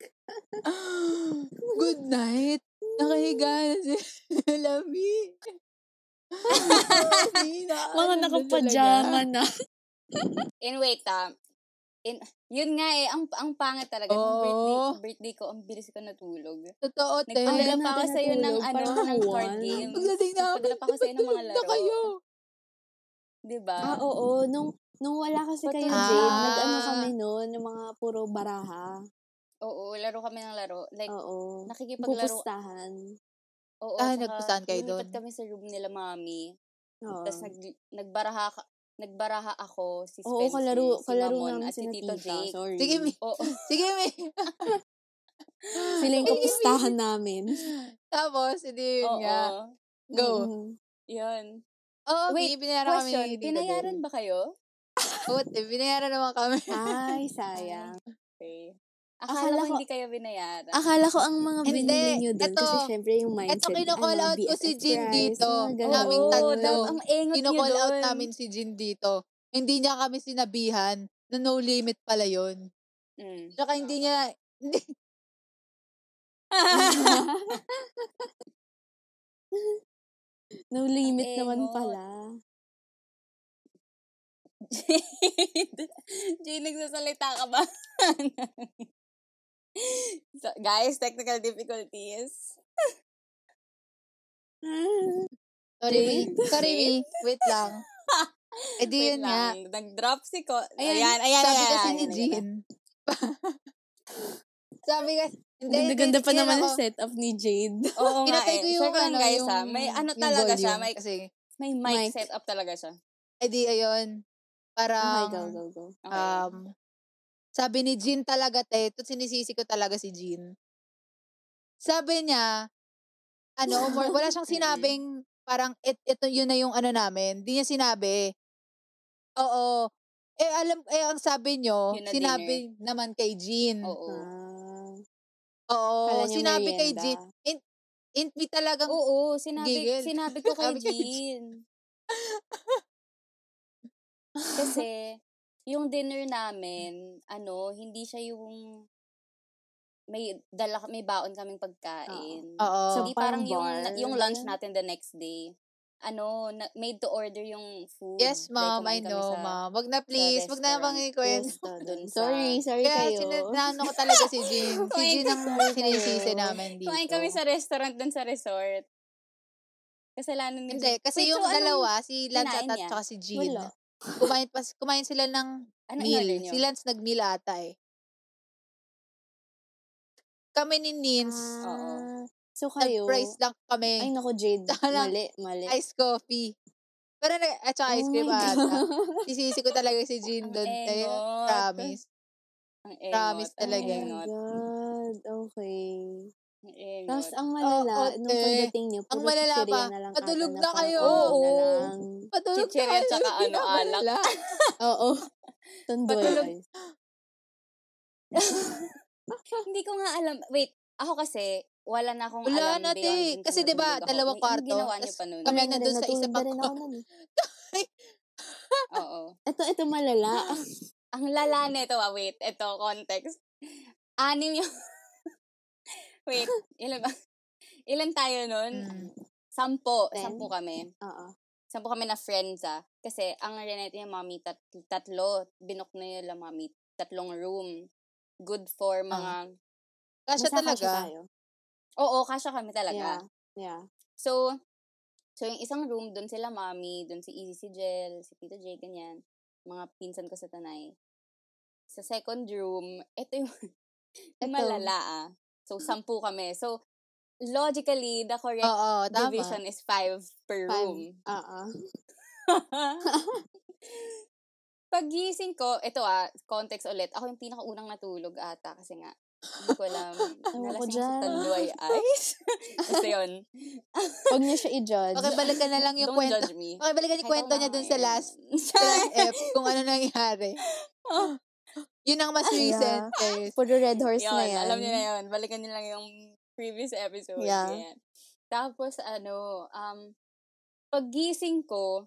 S2: Good night. Nakahiga na si Lami. Lami, nakaalam
S3: Mga
S2: na
S3: nakapajama
S2: talaga.
S3: na.
S1: And wait, ah. In, yun nga eh, ang, ang pangit talaga. Nung
S2: Oo.
S1: birthday, birthday ko, ang bilis ko natulog.
S2: Totoo, te.
S3: Ang
S1: Nagpadala
S3: ganda
S1: pa ako
S3: na
S1: sa'yo ng,
S3: natulog,
S1: ano,
S3: parang
S1: ng card
S3: kawawa.
S1: games.
S2: Pagdating namin,
S1: Nagpadala pa ako sa'yo ng mga
S2: tulog na
S1: laro.
S2: kayo.
S1: Di ba?
S3: Ah, oo. Nung, nung wala kasi kayo,
S1: Patulog.
S3: Jade, nag-ano
S2: Ah.
S3: kami noon, yung mga puro baraha.
S1: Oo, laro kami ng laro. Like,
S3: Oo.
S1: nakikipaglaro.
S3: Pupustahan.
S1: Oo,
S2: Ah,
S1: tsaka
S2: nagpustahan kayo
S1: lumipat
S2: doon.
S1: kami sa room nila, mami.
S3: Oo.
S2: Ah.
S1: Tapos nag, nagbaraha, ka- nagbaraha ako, si
S3: Oo,
S1: Spencer,
S3: kalaro,
S1: si
S3: kalaro
S1: Mamon,
S3: namin
S1: at si
S3: sila
S1: Tito
S3: tita.
S1: Jake.
S3: Sorry.
S2: Sige, Mi.
S1: Oo.
S2: Sige, Mi.
S3: Sila yung
S2: Sige, Mi.
S3: kapustahan namin.
S2: Tapos, hindi yun
S1: Oo.
S2: nga. Go.
S3: Mm-mm.
S1: Yun.
S2: Oo,
S1: Wait,
S2: Mi, binayaran kami
S1: Question,
S2: ni Tita
S1: binayaran
S2: Del.
S1: ba kayo?
S2: Oo, te, binayaran naman kami.
S3: Ay, sayang.
S1: Okay. Akala,
S3: Akala
S1: ko
S3: ko-
S1: hindi kayo binayaran.
S2: Ah,
S3: Akala ko ang mga
S2: Hindi,
S3: binili nyo doon kasi
S2: eto.
S3: syempre yung mindset.
S2: Eto, kinocall
S3: ano,
S2: out ko si
S3: BFF
S2: Jin
S3: price,
S2: dito.
S3: mga ganun.
S2: Naming
S1: Oo,
S2: tatlo.
S1: dapat ang engot nyo
S2: Kinocall out
S1: doon.
S2: namin si Jin dito. Hindi niya kami sinabihan na no limit pala yun.
S1: Mm.
S2: Tsaka hindi niya, hindi,
S3: no limit
S1: Ang
S3: naman
S1: engot.
S3: pala.
S1: Jade, Jade, nagsasalita ka ba? So, guys, technical difficulties.
S2: sorry, Mi.
S3: Jade?
S2: Sorry, Mi. Wait lang. Eh di
S1: Wait
S2: yun
S1: lang,
S2: nga.
S1: nag-drop si ko.
S2: Ayan,
S1: Ayan, ayan,
S2: sabi
S1: ayan,
S2: kasi
S1: ayan,
S2: ni
S1: ayan,
S2: Jean. sabi kasi, hindi,
S3: Ganda-ganda
S2: hindi,
S3: pa
S2: yan
S3: naman
S2: ako.
S3: ang setup ni Jade.
S1: Oo nga
S2: Pinatay
S1: eh.
S2: ko
S1: Share
S2: yung,
S1: ko lang
S2: ano,
S1: guys
S2: yung,
S1: ha. May ano
S2: yung
S1: talaga siya.
S2: volume
S1: May,
S2: Kasi,
S1: may mic,
S3: Mic.
S1: setup talaga siya.
S2: eh di, ayun.
S3: Okay,
S1: Oh
S2: Parang,
S3: go, go, go.
S1: Okay.
S2: um, sabi ni Jean talaga, te, ito sinisisi ko talaga si Jean. Sabi niya, ano, more, wala siyang
S1: Mm-mm.
S2: sinabing, parang, it, ito, yun na yung ano namin. Hindi niya sinabi, oo, eh, alam, eh, ang sabi niyo,
S1: Yun na eh.
S2: sinabi naman kay Jean.
S1: Oo.
S3: Ah,
S2: Oo,
S3: kala niya
S2: oh. sinabi kay
S3: merienda.
S2: Jean. In, in, we talagang,
S1: Oo, sinabi,
S2: Gigil.
S1: sinabi ko kay
S2: Sabi kay
S1: Jean. Kasi, yung dinner namin, ano, hindi siya yung may dala may baon kaming pagkain.
S2: Ah, oo,
S1: So,
S3: So,
S1: di
S3: parang
S1: parang yung
S3: bar,
S1: yung lunch
S3: ganun?
S1: natin the next day. ano, na, made to order yung food.
S2: Yes, ma'am. I
S1: Like, kumain kami
S2: know,
S1: sa-
S2: ma'am. Wag na
S1: sa
S2: please. Wag na
S1: restaurant.
S2: bang ikwento.
S1: Gusto dun sa-
S3: Sorry, sorry
S2: Kaya
S3: kayo.
S2: sinanano ko talaga si Jean. Si
S1: Kumain
S2: Jean ang sinisisi namin dito.
S1: Kumain kami sa restaurant dun sa resort. Kasalanan ni
S2: Hindi,
S1: Jean.
S2: kasi
S1: Wait,
S2: yung
S1: so anong-
S2: dalawa, si Lance
S1: kinain
S2: at
S1: niya?
S2: saka si Jean,
S3: Wala.
S2: kumain, pas, kumain sila ng
S1: Anong in-order
S2: meal.
S1: niyo?
S2: Si Lance nag-meal ata eh. Kami ni Nins,
S1: Oo.
S3: Ah, so kayo,
S2: nag-price lang
S3: ay
S2: kami.
S3: nako Jade,
S2: Tala-
S3: mali, mali.
S2: eh. Ice coffee. Pero, nag- at saka ice
S3: Oh
S2: cream
S3: my
S2: ata.
S3: God.
S2: Sisisi ko talaga si
S1: Ang
S2: Jean doon. eh.
S1: engot.
S2: Promise.
S1: Ang engot.
S2: Promise
S1: ang
S2: talaga.
S3: Oh my
S1: engot,
S3: God, okay.
S1: ang engot.
S3: Tapos ang malala,
S2: Oo,
S3: nung
S2: te.
S3: pagdating niyo, puro
S2: Oh, malala
S3: chichirya
S2: pa,
S3: na lang
S2: patulog
S3: ata
S2: na kayo.
S3: pang-ulam na
S1: Oo.
S3: lang.
S2: Patulog na
S1: Chichirya
S2: kayo,
S1: tsaka ano,
S2: pinabalala.
S3: Oo. Tundol
S2: Patulog.
S3: guys.
S1: Hindi ko nga alam. Wait, ako kasi, wala na akong alam
S2: Wala na,
S1: beyond
S2: te.
S1: dun sa
S2: Kasi diba,
S1: natulog ako.
S2: dalawang
S1: May- anong
S2: kwarto,
S1: ginawa niyo
S2: tas
S1: pa nun?
S2: kami
S3: Wala
S2: nandun
S3: din,
S2: sa isa
S3: natulog na
S2: pang
S3: rin ako nun. eh.
S1: Oo.
S3: Ito, ito malala.
S1: Ang lala nito, ah, wait, ito, context. Anim yung... wait, ilan ba? Ilan tayo nun?
S2: Mm.
S1: Sampo.
S3: Ten?
S1: Sampo kami.
S3: Oo.
S1: Sampo kami na friends, ah. Kasi ang renate niya, mami, tat tatlo. Binok na yun lang, mami. Tatlong room. Good
S3: Ah.
S1: for mga...
S2: Kasya
S3: Basta
S2: talaga.
S3: kasya tayo.
S1: Oo, kasya kami talaga.
S3: Ah, Yeah. Yeah.
S1: So, so yung isang room, doon sila mami, doon si Izzy, si Jel, si Tito Jay, ganyan. Mga pinsan ko sa tanay. Sa second room, ito yung yung
S3: Ito.
S1: malala ah. So,
S3: Mm.
S1: sampu kami. So, logically, the correct
S2: Oo, tama.
S1: division is five per
S3: Oh, Five.
S1: room.
S3: Oo.
S1: Pagising ko, ito ah, context ulit. Ako yung pinakaunang natulog ata kasi nga, hindi ko alam.
S3: Ewan ko
S1: Nalasing ako sa
S3: dyan.
S1: taloy eyes. Basta yun.
S3: Huwag niyo siya i-judge.
S2: Okay, balikan na lang yung
S1: Don't
S2: kwento.
S1: judge me. eh.
S2: Okay, balikan
S1: Kahit
S2: yung kwento
S1: ako
S2: niya dun sa
S1: nakakain.
S2: last, sa last F, kung ano nangyari.
S1: Oh.
S2: Yun ang mas recent. eh.
S3: Puro red
S1: Yun,
S3: horse na yan.
S1: alam niyo na yun. Balikan niyo lang yung previous episode.
S3: Yeah.
S1: Ganyan. Tapos, ano, um, paggising ko,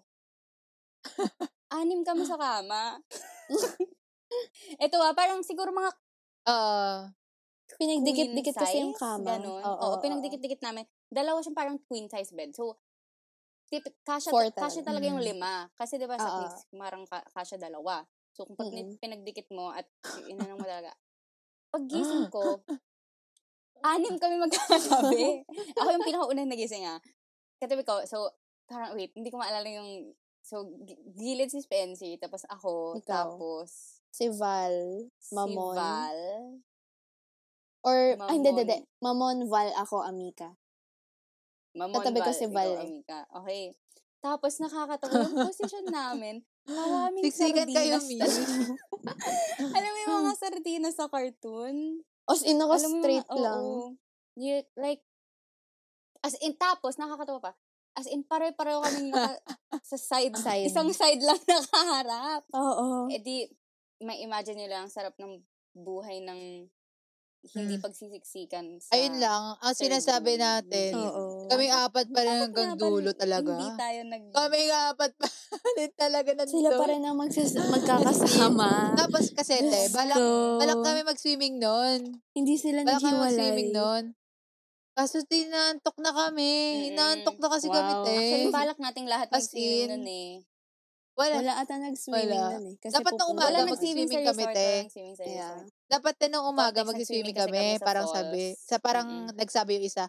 S1: anim kami sa kama. Ito ah, parang siguro mga
S2: Oo.
S3: Pinagdikit-dikit
S1: queen
S3: kasi yung
S1: size,
S3: kama.
S1: Ganun. Oo,
S3: Oo, oo,
S1: pinagdikit-dikit namin. Dalawa siyang parang queen size bed. So, tip, kasha,
S3: Four
S1: kasha
S3: talaga.
S1: talaga yung
S2: Mm.
S1: lima. Kasi di ba sa
S3: Oo.
S1: clinics, marang ka- kasha dalawa. So, kung pag
S3: Mm-mm.
S1: pinagdikit mo at inanong mo talaga, paggising ko, anim kami magkakasabi. Ako yung pinakaunang nagising ah. Katabi ko, so, parang wait, hindi ko maalala yung, so, gi- gilid si Spencer, tapos ako,
S3: Ikaw.
S1: tapos,
S3: Si Val, Mamon.
S1: si Val,
S3: Or, ah, hindi,
S1: Mamon.
S3: hindi, hindi. Mamon, Val, ako, Amika.
S1: Mamon
S3: Katabi ko
S1: Val,
S3: si Val
S1: ikaw,
S3: eh.
S1: Amika. Okay. Tapos nakakatawa yung position namin. Maraming
S2: Siksikan kayo,
S1: sardinas
S2: Mi.
S1: talaga. Alam mo yung mga sardinas sa cartoon?
S3: As in, ako
S1: Alam mo yung
S3: straight
S1: mga-
S3: lang.
S1: oo. You- like, as in, tapos, nakakatawa pa. As in, pare-pareho kaming naka, sa side,
S3: Side. Oh.
S1: Isang side lang nakaharap.
S3: Oo.
S1: E di, may imagine nyo lang ang sarap ng buhay ng hindi
S3: Hmm.
S2: Mm.
S1: pagsisiksikan sa...
S2: Ayun lang, ang
S1: Third
S2: sinasabi
S1: room.
S2: natin.
S3: Oo.
S2: Kami apat pa rin
S1: Bakit nga
S2: hanggang
S1: ba
S2: dulo
S1: Hindi
S2: talaga.
S1: tayo nag...
S2: Kami apat pa rin talaga nandun.
S3: Sila pa rin ang magsas- magkakasama.
S2: Tapos kasi, te,
S3: Diyos
S2: balak,
S3: ko.
S2: balak kami mag-swimming nun.
S3: Hindi sila
S2: Balak kami mag-swimming
S3: naghiwalay.
S2: nun. Kaso tinaantok na kami.
S1: Mm-mm.
S2: Inaantok na kasi kami,
S3: Wow.
S2: te.
S1: Actually, balak nating lahat
S2: As
S1: mag-swimming
S2: in,
S1: nun eh.
S2: Wala.
S3: Wala ata nag-swimming
S2: Wala.
S3: nun eh. Kasi
S2: Dapat na
S3: pupunta-
S2: umaga
S1: Wala
S2: mag-
S1: nag-swimming sa
S2: mag-swimming kami,
S1: resort.
S2: te.
S1: Wala nag-swimming sa
S3: Yeah.
S1: resort.
S2: Dapat din nung umaga
S1: Context, nag-swimming
S2: mag-swimming
S1: kasi
S2: kami.
S1: kami sa
S2: Parang
S1: falls. Mm.
S2: sabi. Sa parang nagsabi yung isa.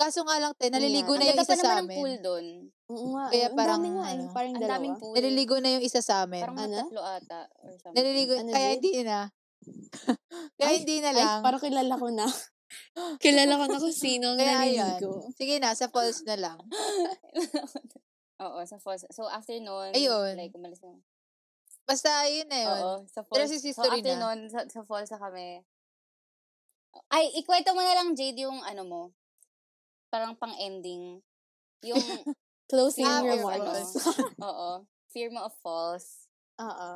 S2: Kaso nga lang, te, naliligo
S1: Ang
S3: Ang
S2: na yung
S1: ganda pa
S2: isa
S1: naman
S2: sa
S1: ng pool
S2: amin.
S1: doon.
S3: Oo nga.
S2: Kaya
S3: Kaya parang, ang
S2: parang,
S3: dami nga eh.
S2: ano,
S3: Parang
S1: Ang
S3: dalawa.
S1: daming pool.
S2: Naliligo na yung isa sa amin.
S1: Parang
S3: Ano?
S1: mga tatlo ata. Or something.
S2: Naliligo.
S3: Ano,
S2: kaya
S3: Jade?
S2: hindi na. kaya
S3: Ay,
S2: hindi na
S3: Ay,
S2: lang.
S3: parang kilala ko na. kilala ko na kung sino ang
S2: Kaya
S3: naliligo.
S2: Sige na, sa falls na lang.
S1: Oo, sa falls. So, after nun,
S2: Ayun.
S1: like, umalis na.
S2: Basta, yun na yun.
S1: Oo, sa
S2: Pero
S1: falls.
S2: si
S1: So,
S2: sister yun
S1: after
S2: na.
S1: nun, sa, sa falls na kami. Ay, ikwento mo na lang, Jade, yung ano mo. Parang pang-ending. Yung,
S3: Closing
S1: fear
S2: Ah,
S1: mo
S2: fear
S1: of ano.
S3: remarks.
S1: Oo. Fear mo of falls.
S3: Oo.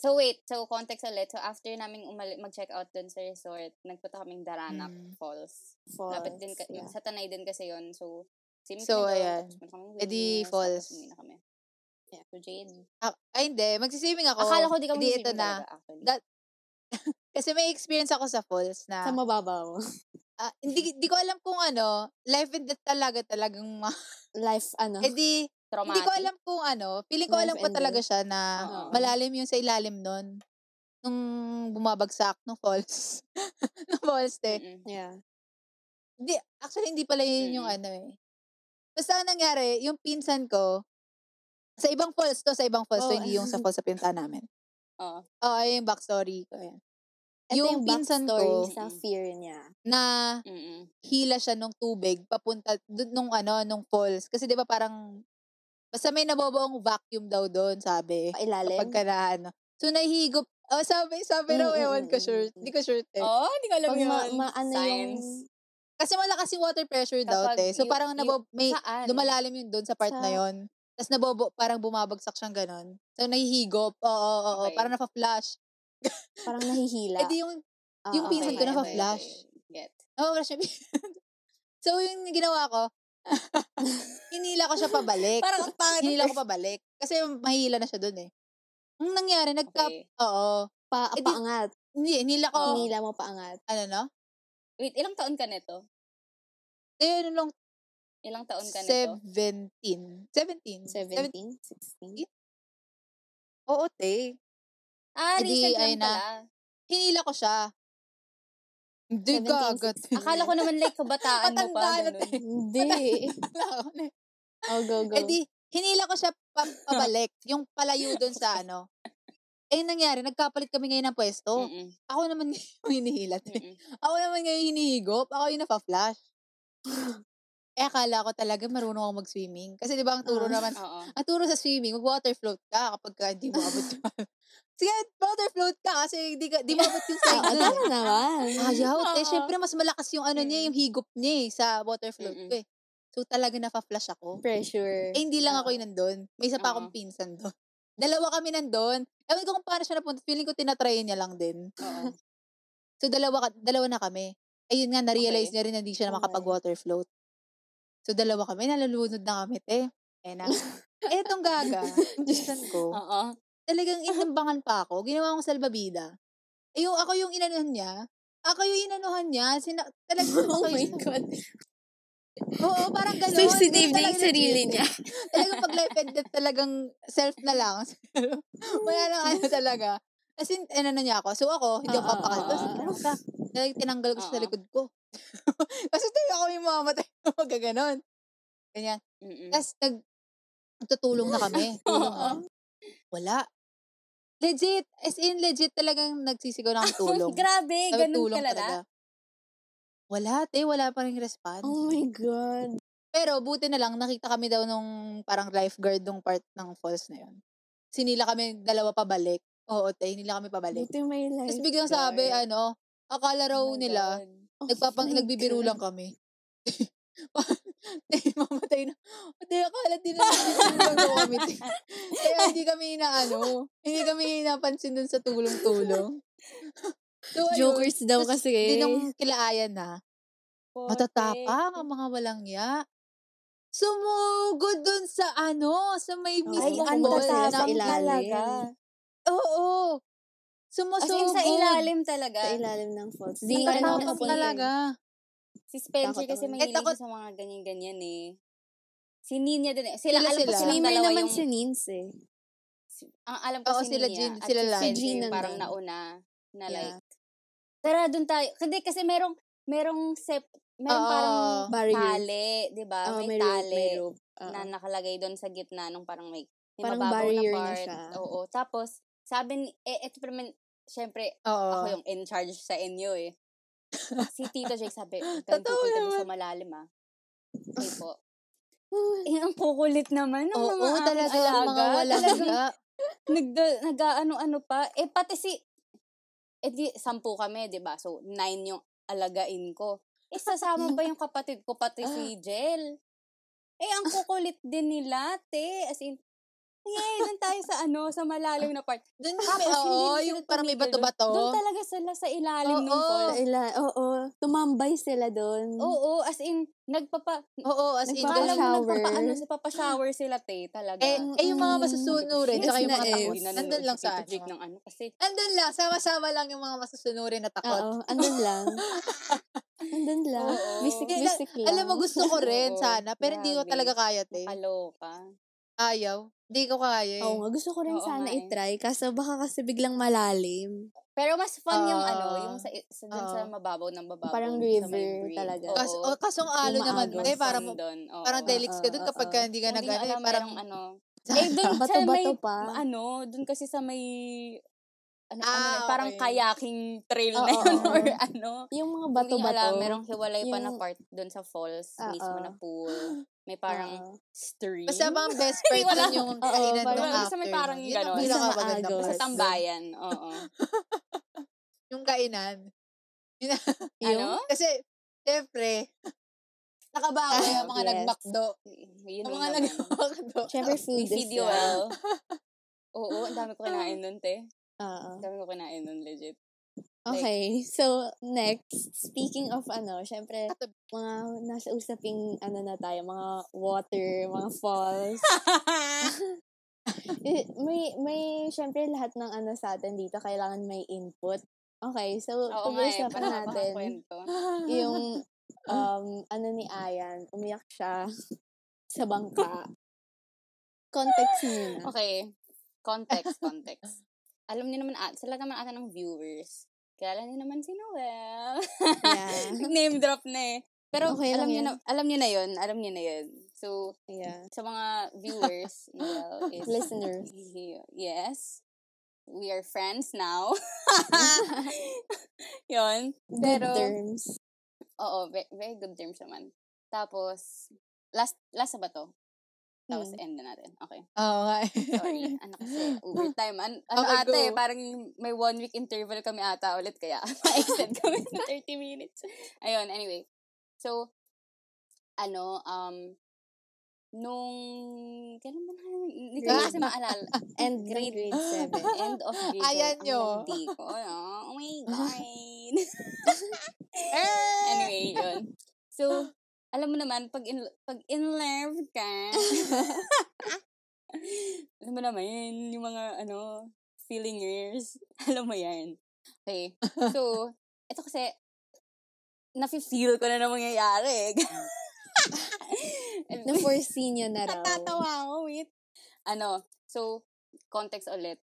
S1: So wait, so context ulit. So after naming umali- mag-check out dun sa resort, nagpunta kaming Daranac
S2: Mm.
S1: Falls.
S3: False.
S1: Lapit din, ka-
S3: yeah.
S1: sa Tanay din kasi yon So, same
S2: So,
S1: kami doon,
S2: ayan.
S1: Tapos punta kami
S2: Eh di,
S1: wellness,
S2: falls.
S1: Tapos umuwi na kami.
S3: Yeah.
S1: So, Jade.
S2: Ah, ay, hindi. Magsiswimming ako.
S1: Akala ko di kami
S2: Hindi,
S1: hindi,
S2: eh, ito na.
S1: Actually.
S2: Da- Kasi may experience ako sa falls
S3: Sa
S2: na,
S3: mababaw.
S2: ah,
S1: Mm.
S2: hindi, hindi ko alam kung ano, life and death talaga talagang ma-
S3: Life, ano?
S2: Eh di,
S1: Traumatic.
S2: hindi ko alam kung ano, feeling ko
S3: Life
S2: alam ko
S3: and
S2: talaga siya na
S1: Oo.
S2: malalim yung sa ilalim nun. Nung bumabagsak, nung falls. nung falls, eh.
S1: Mm-mm.
S3: yeah.
S2: Hindi, actually, hindi pala yun
S3: Mm.
S2: yung ano eh. Basta ang nangyari, yung pinsan ko, sa ibang falls to, sa ibang falls to,
S3: Oh.
S2: hindi yung sa falls sa pinta namin.
S1: Oo.
S2: Oo, oh, yung backstory ko. Ayan.
S3: Ito yung,
S2: Yung pinsan
S3: backstory
S2: ko.
S3: sa fear niya.
S2: Na
S1: Mm-mm.
S2: hila siya nung tubig papunta dun- nung ano, nung falls. Kasi di ba parang, basta may naboboong vacuum daw doon, sabi.
S3: Pailalim?
S2: Kapag ka na, ano. So, nahihigop. Oh, sabi, sabi
S3: Mm,
S2: raw,
S3: mm,
S2: ewan ko
S3: mm,
S2: sure.
S3: mm,
S2: Hindi ko sure, te.
S1: Oo, hindi Oh, ko alam
S3: Pag
S1: yun.
S3: ma, ma, ano
S1: Signs.
S2: Kasi malakas yung water pressure daw,
S1: Kapag
S2: te. So,
S1: you-
S2: parang
S1: you- ano?
S2: nabo, may,
S1: Saan?
S2: lumalalim yung doon sa part na
S3: Sa-
S2: yon. Tapos nabobo, parang bumabagsak siyang ganun. So, nahihigop. Oo, oo, oo.
S1: Okay.
S2: Parang napa-flash.
S3: yung parang nahihila.
S2: Eh, di yung
S3: Ah,
S2: yung
S3: okay.
S2: pinsan ko
S1: Okay,
S2: napa-flash.
S1: okay, okay. Get.
S2: Napa-flash siya. so, yung ginawa ko, hinila ko siya pabalik.
S1: Parang ang pangit.
S2: hinila ko pabalik. Kasi mahila na siya doon eh. Ang nangyari, nagka...
S1: Okay.
S2: Oo.
S3: Pa,
S2: Eh, di-
S3: paangat.
S2: Hindi, hinila ko...
S1: Oh.
S3: Hinila mo paangat.
S2: Ano no?
S1: Wait, ilang taon ka nito?
S2: Eh, ano lang?
S1: Ilang taon ka nito?
S2: 17. 17.
S3: 17?
S2: 17.
S3: 16?
S2: Oo, te.
S1: Ah,
S2: Eh di,
S1: recent lang
S2: ayun na.
S1: pala.
S2: Hinila ko siya. Hindi
S3: 17,
S2: ka agad.
S1: Akala ko naman like kabataan mo pa.
S2: Matanda na,
S1: ganun.
S2: te.
S3: Hindi.
S2: Wala ako na.
S3: Oh, go, go.
S2: Eh di, hinila ko siya pa- pabalik. yung palayo doon sa ano. Eh, yung nangyari, nagkapalit kami ngayon ng pwesto.
S1: Mm-mm,
S2: Ako naman yung hinihila, te.
S1: mm-mm.
S2: Ako naman ngayon hinihigop. Ako yung napa-flash. eh, akala ko talaga marunong ako mag-swimming. Kasi di ba ang turo
S3: Ah.
S2: naman,
S1: Oo.
S2: ang turo sa swimming, mag-water float ka kapag ka hindi mo abot yung... Sige, water float ka kasi hindi, ka, di mo abot yung side
S3: Oo,
S2: nun.
S3: Ah, oh, tama naman.
S2: Ayaw, te.
S1: Oo.
S2: Siyempre, mas malakas yung ano
S1: mm.
S2: niya, yung higop niya eh, sa water float
S1: Mm-mm.
S2: ko eh. So, talaga napa-flash ako.
S3: Pressure.
S2: Eh, hindi lang ako
S3: Oo.
S2: yung nandun. May isa
S1: Oo.
S2: pa akong pinsan doon. Dalawa kami nandun. Ewan ko kung paano siya napunta. Feeling ko tinatry niya lang din.
S1: Oo.
S2: So, dalawa, ka- dalawa na kami. Ayun nga, na-realize
S1: Okay.
S2: niya rin na hindi siya
S3: Okay.
S2: makapag-water float. So, dalawa kami. Nalulunod na kami, te. Eh na. eh, itong gaga. Pinsan ko.
S1: Oo.
S3: Ah,
S2: Talagang inambangan pa ako. Ginawa kong salbabida. Eh, yung, ako yung inanuhan niya. Ako yung inanuhan niya. Sina, talagang
S3: Oh my
S2: okay.
S3: God.
S2: Oo, parang gano'n.
S3: Sensitive niya
S2: Ganun
S3: yung
S2: talaga
S3: sarili
S2: legit.
S3: niya.
S2: Talagang pag life and death, talagang self na lang. Wala lang ano talaga. As in, ano na niya ako. So ako, hindi ako
S3: Oo,
S2: papakaltos.
S1: oo, oo.
S2: Ano ka? Talagang tinanggal ko siya sa
S3: Ah.
S1: Oo.
S2: likod ko. Kasi tayo ako yung mamatay. Huwag ka ganun. Ganyan.
S1: Mm-mm.
S2: Tapos nag, tutulong na kami. Tulong na. Wala. Legit. As in, legit talagang nagsisigaw ng tulong.
S1: Grabe,
S2: Sabi,
S1: ganun kalala.
S2: Wala, te. Wala pa rin response.
S3: Oh my God.
S2: Pero buti na lang, nakita kami daw nung parang lifeguard nung part ng falls na yun. Sinila kami dalawa pabalik. Oo, te, hinila kami pabalik.
S3: Buti may life.
S2: Tapos biglang sabi,
S3: guard.
S2: ano, akala raw
S1: Oh my
S2: nila,
S1: God.
S3: Oh
S2: nagpapang,
S3: my
S2: nagbibiro
S3: God.
S2: lang kami. Te, mamatay na. Te, akala din na nagbibiro kami. te. Kaya hindi kami inaano, hindi kami inapansin dun sa tulong-tulong. So, ayun.
S3: Jokers daw
S2: Tapos,
S3: kasi.
S2: Di nung kilaayan na,
S1: Pote.
S2: Matatapang ang mga walang ya. Sumugod dun sa ano, sa may
S3: Oo.
S1: Ay,
S2: mismong
S1: ang
S3: Bumol
S2: bowl.
S3: sa
S1: tatapang
S2: ng-
S3: ilalim.
S1: talaga.
S2: Oo.
S1: As in,
S2: Sumusugod.
S1: sa ilalim talaga.
S3: Sa ilalim ng falls.
S1: Di, ano,
S3: Nakatapang
S2: Matatapang
S1: kasi-
S2: talaga.
S1: Si Spencer
S3: Takot
S1: kasi
S3: ako.
S2: Eh,
S1: mahilig
S2: takot-
S1: sa mga ganyan-ganyan eh. Si Nina din eh. Sila, alam
S2: Sila
S1: ko
S2: sila.
S1: silang
S3: Swimmer
S1: dalawa
S3: naman
S1: yung...
S3: si Nins eh.
S1: si- Ang alam ko
S2: Oo,
S1: si Nia
S2: sila Jean-
S1: at
S2: sila
S1: si
S2: lang.
S1: Spencer
S3: Si Jean
S1: yung parang
S3: nandun.
S1: nauna na like,
S3: Yeah.
S1: tara dun tayo. Hindi kasi merong, merong sep, merong
S2: Oo.
S1: parang
S3: Barrier.
S1: tali, di ba? may,
S3: Oo, may rope,
S1: tali
S3: may rope. Oo.
S1: na nakalagay doon sa gitna nung parang may, may
S3: Parang
S1: mababaw na
S3: barrier na
S1: part.
S3: siya.
S1: Oo. Tapos, sabi ni, eh, ito naman, syempre,
S2: Oo.
S1: ako yung in charge sa inyo eh. Si Tito Jake sabi, huwag kayong
S2: Totoo
S1: pupunta doon
S2: naman.
S1: sa malalim ah. Okay po. Eh, ang kukulit naman ng
S2: Oo,
S1: mga aking
S2: talaga.
S1: alaga.
S2: Ang mga walang
S1: Talagang
S2: ya.
S1: nagda, nag-ano-ano pa. Eh, pati si, eh di, sampu kami, di ba? So, nine yung alagain ko. Eh, sasama pa yung kapatid ko, pati
S2: Ah.
S1: si Jel. Eh, ang kukulit din nila, te. As in, yay, doon tayo sa ano, sa malalim na part.
S2: Doon
S1: Tapos,
S2: may, oo,
S1: hindi
S2: yung
S1: sila
S2: parang may
S1: tumigil doon. Doon
S2: bato-bato.
S1: talaga sila sa ilalim ng
S2: Oh. Oo.
S1: falls.
S3: Ila, oo. Tumambay sila doon.
S1: Oo, as in, nagpapa,
S2: Oo, Oh, as in,
S3: Nagpapa-
S1: Kala
S2: ganun.
S1: mo
S3: shower.
S1: nagpapaano sa papashower sila, te, talaga.
S2: Eh, eh, yung
S1: Hmm.
S2: mga masasunurin,
S3: Yes
S2: tsaka yung
S3: na
S2: mga
S3: eh.
S2: takot,
S1: Hindi nanonood
S2: nandun lang
S1: si Tito
S2: sa ano.
S1: Jake ng ano kasi.
S2: Andun lang, sama-sama lang yung mga masasunurin na takot.
S3: Oo, andun lang. andun pala.
S1: Oo. Mystic,
S2: Hindi,
S1: mystic lang.
S2: Alam mo, gusto ko rin
S1: Oo,
S2: sana. Pero hindi ko
S1: grabe.
S2: talaga kaya, te.
S1: Kaloka.
S2: Ayaw. Hindi ko kaya eh.
S3: Oo nga, gusto ko rin
S1: Oo
S3: sana
S1: nga eh.
S3: itry. Kaso baka kasi biglang malalim.
S1: Pero mas fun yung ano,
S2: Ah.
S1: yung sa, sa, dun sa
S2: Oo.
S1: mababaw ng mababaw.
S3: Parang
S1: dun sa may
S3: river
S1: bridge.
S3: talaga.
S1: Oo.
S2: Kas, oh, kasong alo
S3: Yung
S2: naman,
S3: maagas.
S2: te. Parang,
S1: Fun dun, oo.
S2: parang delix ka dun
S3: Oo,
S2: kapag
S3: oo.
S2: ka hindi ka
S1: Kung di
S2: nag
S1: nyo
S2: ano,
S1: alam,
S2: eh, parang,
S1: merong ano. Eh, dun sa may,
S3: Bato-bato pa.
S1: ano, dun kasi sa may, ano,
S2: Ah,
S1: ano, yun, parang
S2: okay.
S1: kayaking trail
S3: Oo,
S1: na yun
S3: oo.
S1: or ano.
S3: Yung mga
S1: Kung di nyo alam,
S3: bato-bato.
S1: merong hiwalay pa na
S3: Yung- Ah,
S1: part dun sa falls
S3: Oo. Ah.
S1: mismo na pool. May parang
S3: Oo.
S1: stream.
S2: basta mga best friend
S1: Wala.
S2: dun yung
S3: Oo,
S2: kainan
S3: parang-
S2: nung after.
S1: basta may parang
S2: nun. Yun ang
S1: ganon. Basta
S2: pinakamaganda
S3: maagos.
S1: sa
S2: part dun.
S1: tambayan, oo.
S2: Yung kainan.
S1: ano?
S3: Yung?
S2: Kasi, syempre, nakabawi ang mga
S1: Ah, Yes.
S2: nag-McDo.
S1: Yun
S2: Ang
S1: lang
S2: mga
S1: naman.
S2: nag-McDo.
S3: Syempre food
S1: May
S3: is
S1: video
S3: love.
S1: well. Oo, ang dami ko
S3: Ah.
S1: kinain nun, te.
S3: Oo.
S1: Ang dami ko kinain nun, legit.
S3: Okay, so next, speaking of ano, syempre,
S2: Katabi.
S3: mga nasa usaping ano na tayo, mga water, mga falls. Eh, may, may, syempre lahat ng ano sa atin dito, kailangan may input. Okay, so
S1: Oo nga eh,
S3: pag-uusapan
S1: parang
S3: natin
S1: kwento. Ah.
S3: yung um, ano ni Ayan, umiyak siya sa bangka. Context niyo na.
S1: Okay, context, context. Alam niyo naman, at, sila naman ata ng viewers. Kilala niyo naman si Noel.
S3: Yeah.
S1: Name drop na eh. Pero
S3: Okay
S1: alam
S3: lang
S1: niyo
S3: yan.
S1: na, alam niyo na 'yun, alam niyo na 'yun. So,
S3: Yeah.
S1: sa mga viewers, Noel is
S3: Listeners.
S1: Yes. We are friends now. Yun.
S3: Good
S1: Pero-
S3: terms.
S1: Oo, ve- very good terms naman. Tapos, last last na ba to? Tapos
S3: Hmm.
S1: end na natin. Okay.
S2: Oo nga. eh.
S1: Sorry. ano kasi, overtime. An ano
S2: Okay,
S1: ata eh,
S2: go.
S1: parang may one week interval kami ata ulit kaya ma-extend kami sa 30 minutes. Ayun, anyway. So, ano, um, nung, kailan ba na, hindi ko na kasi maalala.
S3: And
S1: Grade- eh?
S3: grade, grade 7.
S1: End of grade.
S2: Ayan
S1: Ang
S2: nyo.
S1: landi ko. ano. Oh my God.
S2: Eh!
S1: Anyway, yun. So, alam mo naman, pag in, pag in love ka, alam mo naman, yun, yung mga, ano, feeling years, alam mo yan. Okay. So, ito kasi, nafe-feel ko na na mangyayari. And-
S3: Na-foresee niya na raw.
S1: Natatawa ako, wait. Ano, so, context ulit.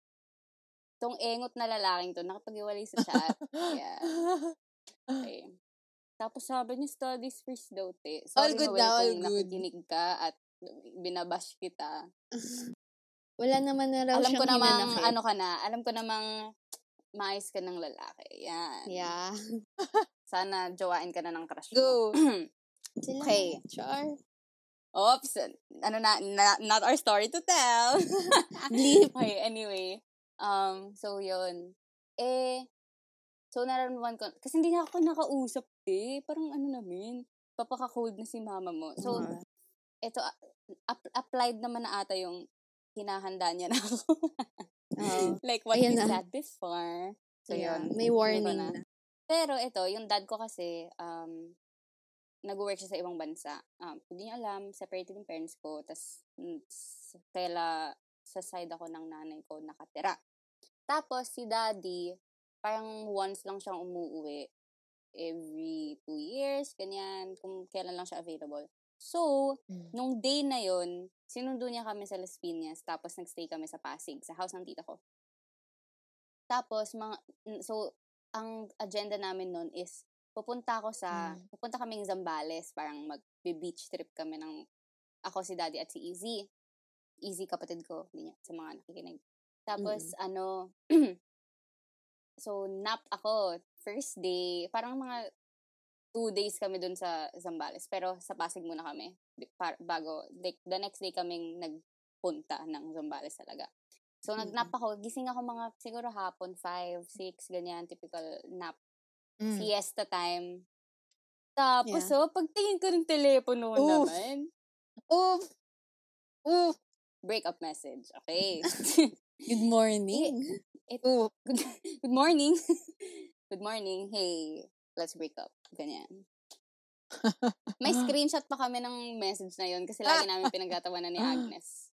S1: Tong engot na lalaking to, nakapag-iwalay sa chat. yeah. Okay. eh. Tapos sabi niya, studies first daw, te. Sorry,
S2: All good
S1: Noel,
S2: na, all
S1: kung
S2: good.
S1: nakikinig ka at binabash kita.
S3: Wala naman na raw
S1: alam
S3: siyang
S1: ko namang,
S3: hinanakit.
S1: ano ka na, alam ko namang maayos ka ng lalaki. Yan.
S3: Yeah.
S1: Sana jowain ka na ng crush mo.
S2: Go.
S3: Sila.
S1: Okay.
S3: Char.
S1: Oops. Ano na, na- not our story to tell. okay, anyway. Um, so, yun. Eh, so, nararamdaman ko, kasi hindi na ako nakausap, eh. Parang ano namin, papaka-cold na si mama mo. So,
S3: Ah.
S1: ito, a- ap- applied naman na ata yung hinahanda niya na ako.
S3: Oo.
S1: like what
S3: Ayan
S1: we
S3: na.
S1: said before. Oh, So,
S3: Yeah.
S1: yun.
S3: May warning
S1: Hindi ko
S3: na.
S1: Pero ito, yung dad ko kasi, um, nag-work siya sa ibang bansa. Um, hindi niya alam, separated yung parents ko. hmm, Tapos, kaila sa side ako ng nanay ko nakatira. Tapos, si daddy, parang once lang siyang umuwi. Every two years, ganyan. Kung kailan lang siya available. So,
S2: Mm.
S1: nung day na yon sinundo niya kami sa Las Piñas. Tapos, nagstay kami sa Pasig, sa house ng tita ko. Tapos, mga, n- so, ang agenda namin noon is, pupunta ako sa, pupunta kaming Zambales, parang mag-beach trip kami ng, ako si Daddy at si E Easy. Easy, kapatid ko, hindi niya, sa mga nakikinig. Tapos, ano, so, nap ako, first day, parang mga two days kami dun sa Zambales, pero sa Pasig muna kami, Di- par- bago, like, the next day kaming nagpunta ng Zambales talaga. So, nagnap ako. Gising ako mga siguro hapon, 5, 6, ganyan. Typical nap.
S2: Mm.
S1: Siesta time. Tapos, oh, pagtingin ko ng telepono ko
S2: Oof.
S1: naman,
S2: Oof! Oof!
S1: break up message. Okay.
S3: Good morning.
S2: Oof!
S1: Good morning. Good morning. Hey, let's break up. Ganyan. May screenshot pa kami ng message na yun kasi lagi namin pinagtatawanan ni Agnes.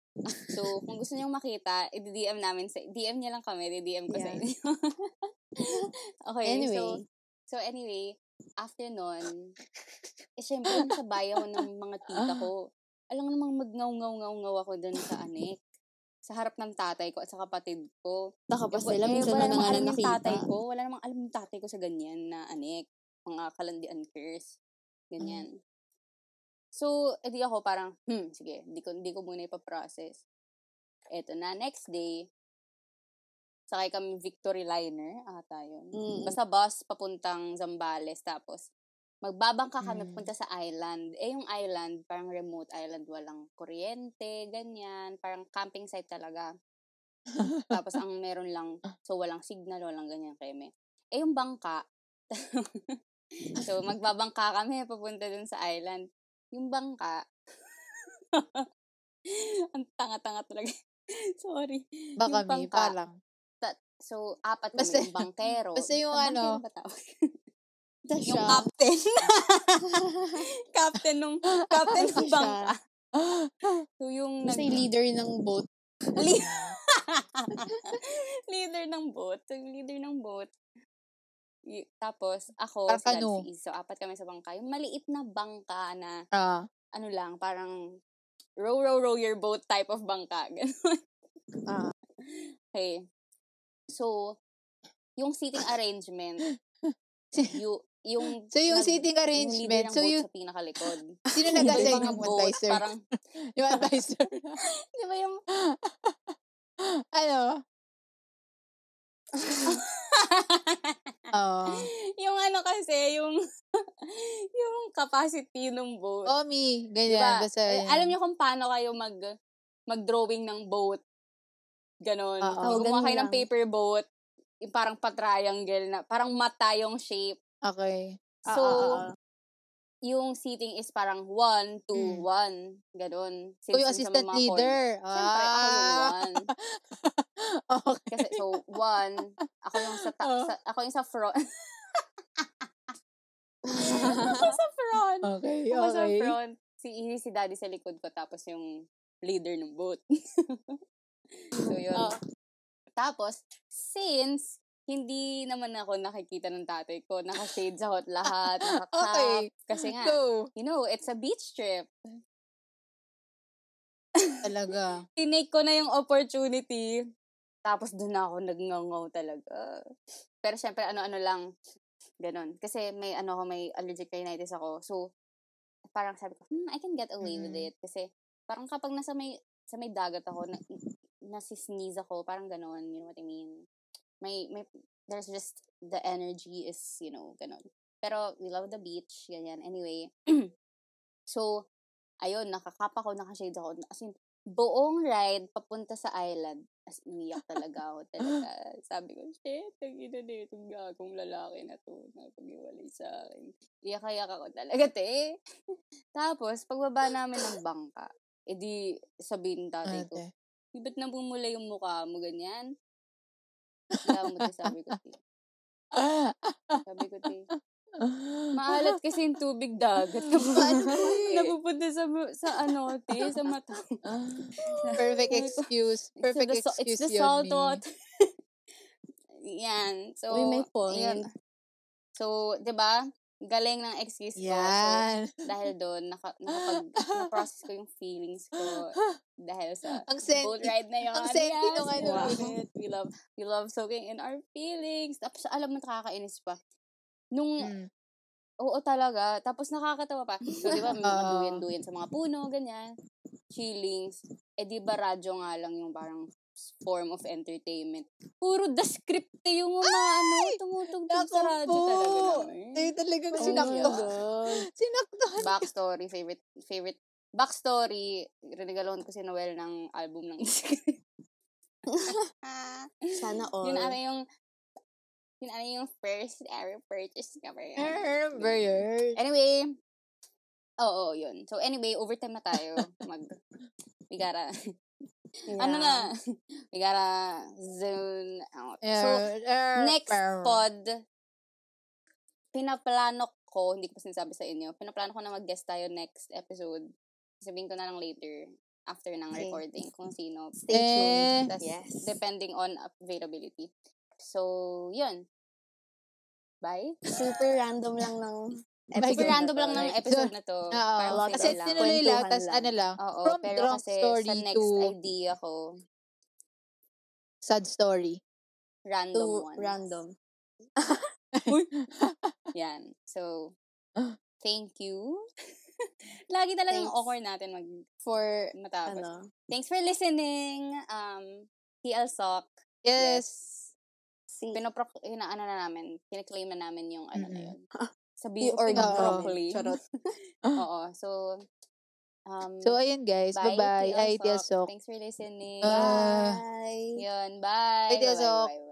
S1: So, kung gusto niyong makita, i-DM namin sa... DM niya lang kami, i-DM ko sa
S3: Yeah.
S1: inyo. okay, so...
S3: Anyway.
S1: So anyway, after nun, eh syempre, nasa bahay ako ng mga tita ko. Alam ko namang magngaw-ngaw-ngaw ako dun sa anik. Sa harap ng tatay ko at sa kapatid ko.
S3: Taka pa
S1: Wala-
S3: sila,
S1: eh,
S3: minsan
S1: wala
S3: na
S1: namang
S3: nga
S1: alam
S3: na
S1: ng tatay
S3: nakita.
S1: ko. Wala namang alam ng tatay ko sa ganyan na anik. Mga kalandian curse. Ganyan.
S3: Mm.
S1: So, edi ako parang, hmm, sige, di ko, di ko muna ipaprocess. Eto na, next day, sakay kami Victory Liner, ata yun.
S3: Mm.
S1: Basta bus, papuntang Zambales, tapos magbabangka kami
S2: Mm.
S1: punta sa island. Eh, yung island, parang remote island, walang kuryente, ganyan. Parang camping site talaga. Tapos ang meron lang, so walang signal, walang ganyan keme. Eh, yung bangka, so magbabangka kami papunta dun sa island. Yung bangka, ang tanga-tanga talaga. Sorry.
S2: Baka
S1: Yung
S2: may,
S1: pangka.
S2: parang.
S1: Ta- so, apat kami,
S2: Basta-
S1: yung bangkero.
S2: basta yung
S1: Ang
S2: ano,
S1: bangkero ba tawag?
S3: Ito
S1: yung
S3: siya.
S1: captain. captain nung, captain ng
S3: Siya.
S1: bangka. So, yung
S3: Basta yung leader ng boat.
S1: Li- leader ng boat. So, yung leader ng boat. Y- tapos, ako, si
S2: Parang ano?
S1: Dad,
S2: canoe.
S1: si Iz. So, apat kami sa bangka. Yung maliit na bangka na,
S2: Ah.
S1: ano lang, parang row, row, row your boat type of bangka. Ganun.
S3: Ah.
S1: Okay. So, yung seating arrangement, yu- yung...
S2: So, yung
S1: nag-
S2: sitting
S1: yung leader
S2: arrangement.
S1: ng
S2: So,
S1: boat
S2: yung,
S1: sa pinakalikod.
S2: sino
S1: Yung
S2: nag-assign
S1: ibang
S2: ng
S1: boat,
S2: advisor?
S1: Parang,
S2: yung advisor.
S1: di ba yung
S2: ano? Oo.
S1: yung ano kasi, yung yung capacity ng boat.
S2: Oh, me.
S1: Diba?
S2: Ganyan. Basta
S1: Eh,
S2: yun.
S1: alam niyo kung paano kayo mag mag-drawing ng boat. Ganon.
S2: Oo.
S1: Yung
S3: Oo,
S1: Gumawa
S3: ganun
S1: kayo ng
S3: lang.
S1: paper boat, yung parang pa-triangle na, parang mata yung shape.
S2: Okay.
S3: Ah,
S1: So,
S3: ah, ah.
S1: yung seating is parang one, two,
S2: Mm.
S1: one. Ganon. minsan
S2: So, yung
S1: may
S2: assistant
S1: mga corner-
S2: leader.
S1: Siyempre, ako yung
S2: Ah.
S1: one.
S2: okay.
S1: Kasi, so, one, ako yung sa, ta-
S2: Oh.
S1: sa- ako yung sa front. ako sa front.
S2: Okay,
S1: Ako sa
S2: okay.
S1: front. Si Izzy, si Daddy sa likod ko. Tapos yung leader ng boat. so, yun.
S2: Oh.
S1: Tapos, since hindi naman ako nakikita ng tatay ko, naka-shades ako at lahat, naka-cap.
S2: Okay.
S1: Kasi nga,
S2: Go.
S1: you know, it's a beach trip.
S2: Talaga.
S1: Tinake ko na yung opportunity. Tapos doon na ako nagngangaw talaga. Pero syempre, ano-ano lang. Ganon. Kasi may ano ako, may allergic rhinitis ako. So, parang sabi ko, hmm, I can get away with
S2: Mhm.
S1: it. Kasi, parang kapag nasa may, sa may dagat ako, na, nasisneeze ako, parang ganon. You know what I mean? May, may, there's just, the energy is, you know, ganon. Pero, we love the beach, ganyan. Anyway, so, ayun, nakakapa ko, nakashades ako. As in, buong ride papunta sa island. As in, umiyak talaga ako talaga. Sabi ko, shit, ang ina na itong gagong lalaki na to na pag-iwalay sa akin. Iyak-iyak ako talaga, te. Tapos, pagbaba namin ng bangka, edi sabihin ng tatay ko,
S2: Ate.
S1: "Di ba't namumula yung mukha mo, ganyan? Alam mo, te, sabi ko, te.
S2: Ah,
S1: Sabi ko, te, maalat kasi yung tubig dagat. Napupunta sa, sa ano, te, sa mata.
S2: Perfect
S1: Sabi ko,
S2: excuse.
S1: It's
S2: Perfect
S1: the sa-
S2: excuse
S1: It's the
S2: yun,
S1: salt
S2: me.
S1: water. Yan. So,
S3: Uy, may
S1: yun.
S3: point.
S1: So, di ba? Galing ng excuse ko. So,
S2: Yan.
S1: dahil doon, naka, nakapag, na-process ko yung feelings ko dahil sa
S2: Ang senti-
S1: boat ride na yun.
S2: ang senti
S1: yes,
S2: nung ano,
S1: we love
S2: feeling.
S1: it. We love, we love soaking in our feelings. Tapos, alam mo, nakakainis pa. Nung,
S2: Mm.
S1: oo talaga. Tapos, nakakatawa pa. So, di ba, may mga
S2: Oo.
S1: duyan-duyan sa mga puno, ganyan. Chillings. Eh, di ba, radyo nga lang yung parang form of entertainment. Puro descripte yung mga ano, tumutugtog sa radyo talaga namin.
S2: Ay, talagang
S1: Oh my
S2: sinakto.
S1: God.
S2: Sinaktohan.
S1: backstory, favorite, favorite, backstory, rinigalohan ko si Noel ng album ng Discreet.
S3: Sana all.
S1: yun ano yung, yun ano yung first ever purchase cover.
S2: I
S3: Ah!
S2: remember yun.
S1: Anyway, oo, yun. So anyway, overtime na tayo. Mag, we gotta,
S3: Yeah.
S1: ano na, we gotta zone out. So,
S2: Yeah.
S1: next
S2: Yeah.
S1: pod, pinaplano ko, hindi ko pa sinasabi sa inyo, pinaplano ko na mag-guest tayo next episode. Sabihin ko na lang later, after ng
S3: Okay.
S1: recording, kung sino.
S3: Stay tuned.
S2: Eh,
S1: Tas,
S3: yes.
S1: Depending on availability. So, yun. Bye?
S3: Super random lang ng
S2: Bye,
S1: Super
S2: ganun
S1: random lang ng episode na to. Parang
S2: Oo,
S3: Parang
S2: kasi
S1: feel lang.
S2: sinuloy lang,
S3: Kwentuhan
S2: tas
S3: lang.
S2: ano lang,
S1: Oo,
S2: from
S1: pero
S2: drunk
S1: kasi
S2: story
S1: sa next
S2: to
S1: idea ko,
S2: sad story.
S1: random
S3: two
S1: one.
S3: random.
S1: Yan. So, thank you. Lagi talagang
S3: Thanks.
S1: awkward natin mag
S3: For,
S1: matapos.
S3: ano,
S1: Thanks for listening. Um, TL Sock.
S2: Yes.
S3: si
S1: Pinopro- inaano na namin, kiniklaim na namin yung ano na
S2: Mm-mm. Ah,
S1: yun. Sabihin ko
S3: I-org
S1: pinaproklaim.
S3: namin. Charot.
S1: Oo. So, um,
S2: So, ayun guys.
S1: TL
S2: Bye-bye. Ay,
S1: Sock.
S2: Tiasok.
S1: Thanks for listening.
S2: Ah.
S3: Bye.
S1: Yun, bye.
S2: Bye, TL
S1: Bye-bye,
S2: Sock.
S1: bye-bye.